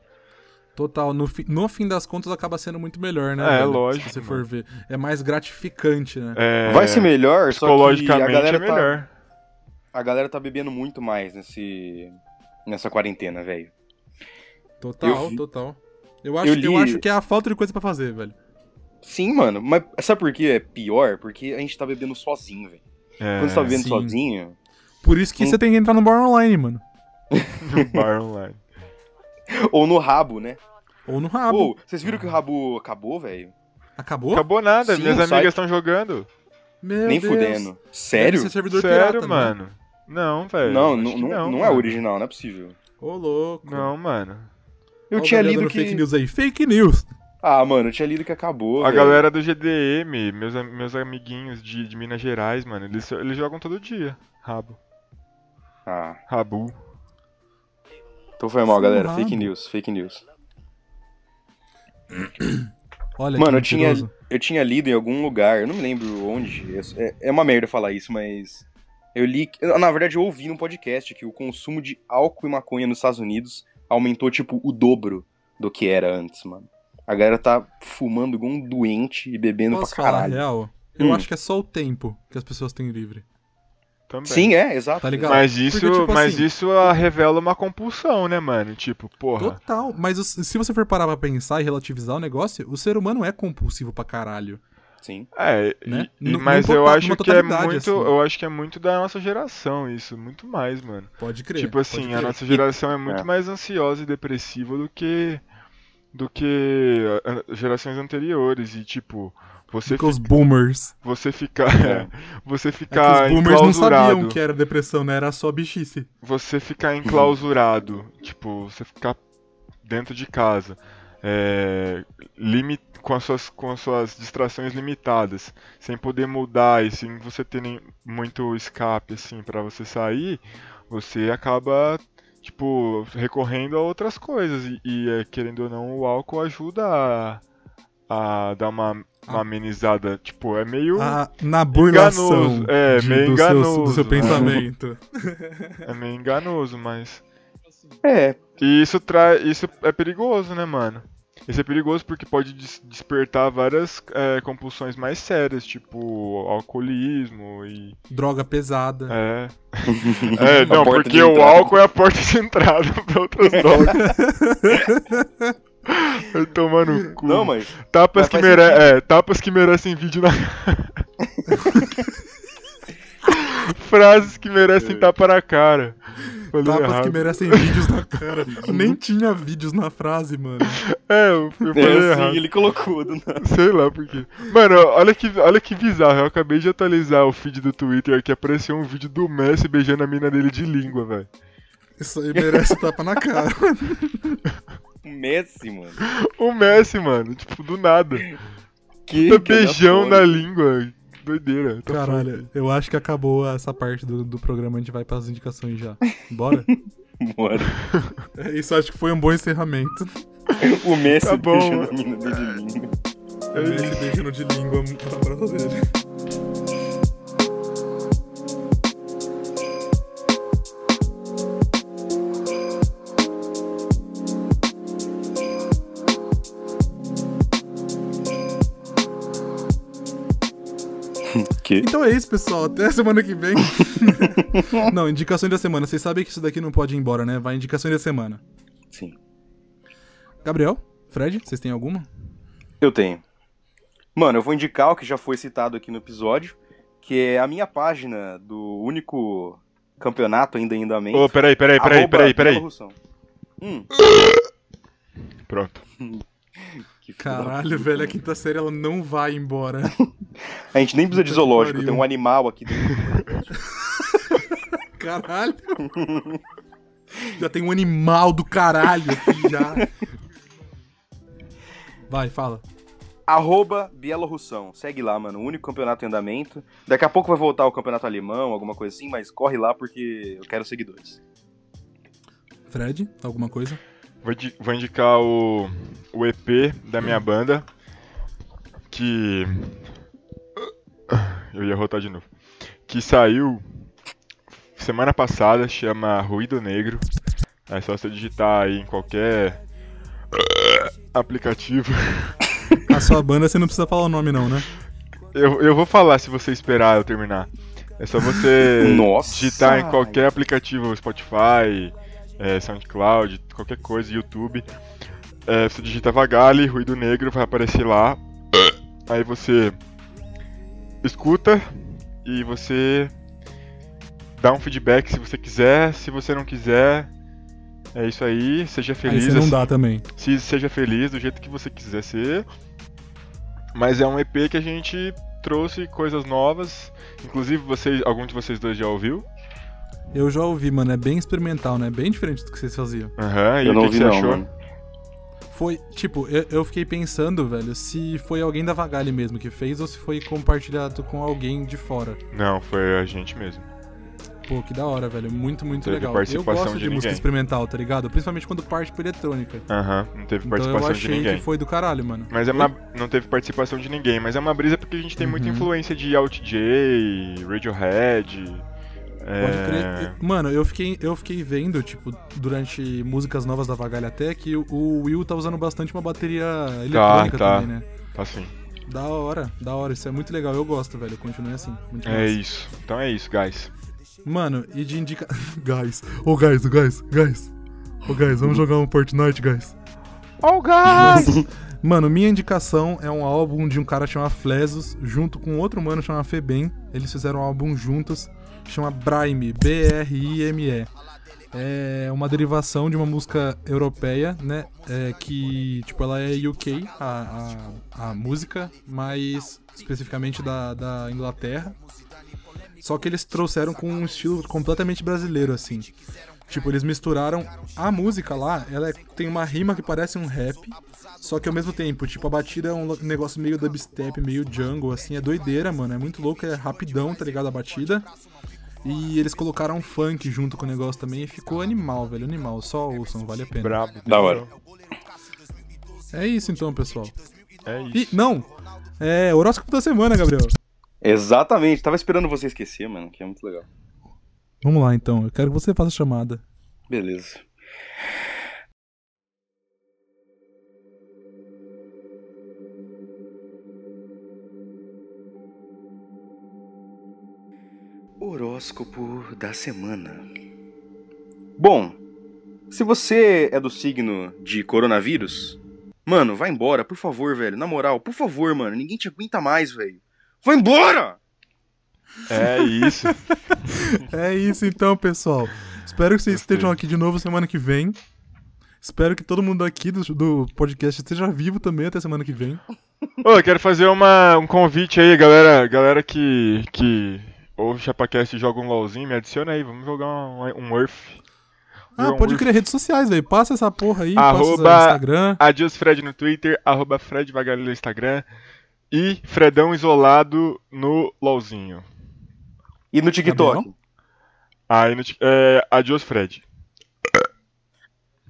A: Total, no, fi- no fim das contas acaba sendo muito melhor, né?
C: É,
A: velho?
C: lógico,
A: Se você
C: mano.
A: for ver. É mais gratificante, né?
C: É,
B: Vai ser melhor, só que a
C: Psicologicamente
B: galera, tá,
C: é melhor.
B: a galera tá bebendo muito mais nesse, nessa quarentena, velho.
A: Total,
B: eu vi-
A: total. Eu acho,
B: É. eu
A: eu,
B: li-
A: acho que é a falta de coisa pra fazer, velho.
B: Sim, mano, mas sabe por que é pior? Porque a gente tá bebendo sozinho, velho.
C: É,
B: Quando você tá bebendo
A: sim.
B: sozinho,
A: Por isso que
B: Hum.
A: você tem que entrar no bar online, mano.
C: no bar online.
B: ou no rabo, né?
A: Ou no rabo.
B: Ou, vocês viram que o rabo acabou, velho?
A: Acabou?
C: Acabou nada,
B: Sim,
C: minhas
B: o site-
C: amigas estão jogando.
A: Meu
B: Nem
A: Deus.
B: fudendo.
A: Deve
B: Sério?
A: ser servidor
C: Sério,
A: é pirata, né? mano.
C: mano? Não, velho.
B: Não,
C: acho
B: não,
C: que
B: não, não é
C: mano.
B: original, não é possível.
A: Ô, louco.
C: Não, mano.
B: Eu
A: Ó,
B: tinha
A: galera
B: lido
A: dando
B: que.
A: Fake news aí. Fake news.
B: Ah, mano, eu tinha lido que acabou.
C: A
B: velho.
C: galera do GDM, meus, am- meus amiguinhos de, de Minas Gerais, mano, eles, eles jogam todo dia. Rabo.
B: Ah,
C: Rabu.
B: então foi mal,
A: Sim,
B: galera.
A: rabo.
B: Fake news, fake news.
A: Olha
B: Mano, eu
A: que
B: tinha,
A: mentiroso.
B: eu tinha lido em algum lugar, eu não me lembro onde. é- É, é uma merda falar isso, mas. Eu li. que- Na verdade, eu ouvi num podcast que o consumo de álcool e maconha nos Estados Unidos aumentou, tipo, o dobro do que era antes, mano. A galera tá fumando igual um doente e bebendo
A: Posso
B: pra
A: falar a
B: caralho.
A: real? Eu
B: Hum.
A: acho que é só o tempo que as pessoas têm livre.
C: Também.
B: Sim, é, exato.
A: Tá ligado?
C: Mas isso,
A: Porque, tipo
C: mas
A: assim-
C: isso ah, revela uma compulsão, né, mano? Tipo, porra.
A: Total. Mas os- se você for parar pra pensar e relativizar o negócio, o ser humano é compulsivo pra caralho.
B: Sim.
C: É, e-
A: Né?
C: e-
A: Num-
C: mas
A: num
C: eu
A: tota-
C: acho
A: numa
C: que é
A: totalidade,
C: muito,
A: assim.
C: eu acho que é muito da nossa geração isso, muito mais, mano.
A: Pode crer.
C: tipo assim,
A: pode
C: a
A: crer.
C: nossa geração é muito
B: É.
C: mais ansiosa e depressiva do que do que a- a- gerações anteriores e tipo, você
A: Porque os boomers.
C: você ficar
B: É.
C: você
A: É que
C: ficar
A: os boomers não sabiam
C: enclausurado
A: que era depressão, né? Era só bichice.
C: você ficar enclausurado tipo você ficar dentro de casa é, limi- com as suas com as suas distrações limitadas sem poder mudar e sem você ter nem muito escape assim pra você sair você acaba tipo recorrendo a outras coisas e, e, é, querendo ou não o álcool ajuda a, a dar uma, uma amenizada tipo é meio
A: Ah, na burlação
C: Enganoso, é, meio
A: do, seu,
C: enganoso,
A: do seu
C: né?
A: pensamento.
C: É meio enganoso, mas.
B: É,
C: E isso, tra... isso é perigoso, né, mano? Isso é perigoso porque pode des- despertar várias é, compulsões mais sérias, tipo alcoolismo e.
A: Droga pesada.
C: É. É, não,
B: porta de
C: porque o
B: entrada.
C: álcool é a porta de entrada pra outras drogas. Vai tomar no cu.
B: Não, mas.
C: Tapas
B: Mas
C: que,
B: faz
C: mere...
B: sentido.
C: é, tapas que merecem vídeo na Frases que
B: É.
C: merecem tapa na cara. Falei
A: Tapas
C: errado. Uhum.
A: que merecem vídeos na cara. Nem tinha vídeos na frase, mano.
C: É, eu, eu
B: É
C: falei
B: assim,
C: errado.
B: ele colocou do nada.
C: Sei lá por quê. Mano, olha que, olha que bizarro. Eu acabei de atualizar o feed do Twitter aqui. Apareceu um vídeo do Messi beijando a mina dele de língua, velho.
A: Isso aí merece tapa na cara.
B: Messi, mano.
C: O Messi, mano. Tipo, do nada.
B: Que, que
C: Tá beijão na
B: aleatório.
C: língua. Doideira. Tá
A: Caralho, eu acho que acabou essa parte do, do programa. A gente vai pras indicações já. Bora?
B: Mano,
A: É isso, acho que foi um bom encerramento.
B: O Messi
C: Tá bom,
B: beijando
C: mano.
B: a mina dele de língua.
A: É Messi beijando de língua a namorada dele.
B: Que?
A: Então é isso, pessoal. Até semana que vem. não, indicações da semana. Vocês sabem que isso daqui não pode ir embora, né? Vai indicações da semana.
B: Sim.
A: Gabriel, Fred, vocês têm alguma?
B: Eu tenho. Mano, eu vou indicar o que já foi citado aqui no episódio, que é a minha página do único campeonato ainda em andamento.
C: Ô, peraí, peraí, peraí,
B: arroba
C: peraí,
B: Belo
C: peraí.
B: Russão. Hum,
C: Pronto.
B: que filho da
A: Caralho,
B: puta,
A: velho, a
B: mano.
A: quinta série ela não vai embora.
B: A gente nem precisa de
A: Puta que
B: zoológico,
A: pariu.
B: tem um animal aqui dentro.
A: Caralho. Já tem um animal do caralho aqui já. Vai, fala.
B: Arroba Bielorrussão. Segue lá, mano. O único campeonato em andamento. Daqui a pouco vai voltar o campeonato alemão, alguma coisa assim, mas corre lá porque eu quero seguidores.
A: Fred, alguma coisa?
C: Vou, indi- vou indicar o, o EP da minha banda. Que. Eu ia rotar de novo. Que saiu semana passada, chama Ruído Negro. É só você digitar aí em qualquer aplicativo.
A: A sua banda você não precisa falar o nome não, né?
C: Eu, eu vou falar se você esperar eu terminar. É só você
B: Nossa!
C: digitar em qualquer aplicativo, Spotify, é, SoundCloud, qualquer coisa, YouTube. É, você digita Vagali, Ruído Negro, vai aparecer lá. Aí você escuta e você dá um feedback se você quiser, se você não quiser. É isso aí, seja
A: Aí
C: feliz. assim,
A: você não dá também.
C: Se seja feliz do jeito que você quiser ser. Mas é um EP que a gente trouxe coisas novas. Inclusive, vocês, algum de vocês dois já ouviu?
A: Eu já ouvi, mano, é bem experimental, né? Bem diferente do que vocês faziam.
C: Aham, e
B: eu
C: o
B: não
C: que,
B: vi
C: que você
B: não,
C: achou?
B: mano.
A: Foi, tipo, eu, eu fiquei pensando, velho, se foi alguém da Vagali mesmo que fez ou se foi compartilhado com alguém de fora.
C: Não, foi a gente mesmo.
A: Pô, que da hora, velho. Muito, muito
C: Teve
A: legal. Eu
C: participação
A: gosto de,
C: de
A: música
C: ninguém.
A: experimental, tá ligado? Principalmente quando parte pra eletrônica.
C: Aham, não
A: Então
C: teve
A: eu
C: participação de
A: achei
C: ninguém.
A: que foi do caralho, mano.
C: Mas é uma, não teve participação de ninguém, mas é uma brisa porque a gente tem muita
A: Uhum.
C: influência de Alt J, Radiohead.
A: Pode
C: é,
A: crer. E, Mano, eu fiquei, eu fiquei vendo, tipo, durante músicas novas da Vagalha até, que o- o Will tá usando bastante uma bateria eletrônica
C: tá.
A: também, né?
C: Assim,
A: Da hora, da hora. Isso é muito legal. Eu gosto, velho. Continue assim. Muito
C: é
A: massa.
C: isso. Então é isso, guys.
A: Mano, e de indica... guys. Ô, guys, ô, guys, guys. Ô, guys, vamos jogar um Fortnite, guys.
C: Oh, guys!
A: Mano, minha indicação é um álbum de um cara chamado Flesos, junto com outro mano chamado Febem. Eles fizeram um álbum juntos, chama Brime, B-R-I-M-E. É uma derivação de uma música europeia, né? É, que, tipo, ela é UK, a, a, a música, mas especificamente da, da Inglaterra. Só que eles trouxeram com um estilo completamente brasileiro, assim. Tipo, eles misturaram a música lá, ela é- tem uma rima que parece um rap, só que ao mesmo tempo, tipo, a batida é um lo- negócio meio dubstep, meio jungle, assim, é doideira, mano, é muito louco, é rapidão, tá ligado, a batida. E eles colocaram um funk junto com o negócio também e ficou animal, velho, animal, só ouçam, vale a pena.
C: Brabo.
B: Da hora.
A: É isso então, pessoal.
C: É isso.
A: Ih, não! É, horóscopo da semana, Gabriel.
B: Exatamente, tava esperando você esquecer, mano, que é muito legal.
A: Vamos lá então, eu quero que você faça a chamada.
B: Beleza. Horóscopo da semana. Bom, se você é do signo de coronavírus, mano, vai embora, por favor, velho. Na moral, por favor, mano. Ninguém te aguenta mais, velho. Vai embora!
C: É isso.
A: É isso então, pessoal. Espero que vocês
C: Gostei.
A: estejam aqui de novo semana que vem. Espero que todo mundo aqui do, do podcast esteja vivo também até semana que vem.
C: Ô, eu quero fazer uma, um convite aí, galera. Galera que, que ouve o ChapaCast e joga um LOLzinho, me adiciona aí. Vamos jogar um, um Earth.
A: Ah, pode criar redes sociais, velho. Passa essa porra aí, passa
C: Arroba-
A: o Instagram.
C: Adios Fred no Twitter, arroba Fred Vagalho no Instagram e Fredão Isolado no LOLzinho.
B: E no TikTok?
A: Gabriel?
C: Aí no, ti- é, Adios Fred.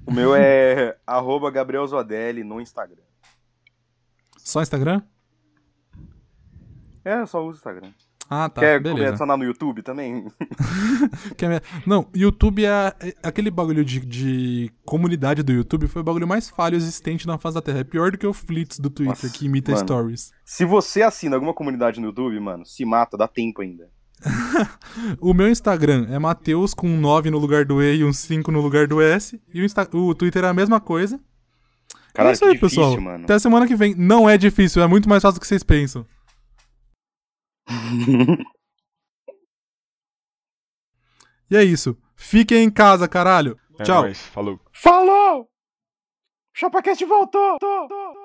B: O meu é arroba Gabriel Zodelli no Instagram.
A: Só Instagram?
B: É, eu só uso o Instagram.
A: Ah, tá.
B: Quer
A: beleza.
B: começar lá no YouTube também?
A: Quer me- Não, YouTube é. é- Aquele bagulho de, de comunidade do YouTube foi o bagulho mais falho existente na face da Terra. É pior do que o Flitz do Twitter,
B: Nossa,
A: que imita
B: mano.
A: stories.
B: Se você assina alguma comunidade no YouTube, mano, se mata, dá tempo ainda.
A: O meu Instagram é Mateus com um 9 no lugar do E e um 5 no lugar do S. E o, Insta- o Twitter é a mesma coisa. é
B: Caralho,
A: isso aí,
B: que difícil,
A: pessoal.
B: mano.
A: Até semana que vem. Não é difícil, é muito mais fácil do que vocês pensam. E é isso. Fiquem em casa, caralho.
C: É
A: Tchau.
C: nóis, falou.
B: Falou! Chapacast voltou! Tô, tô, tô.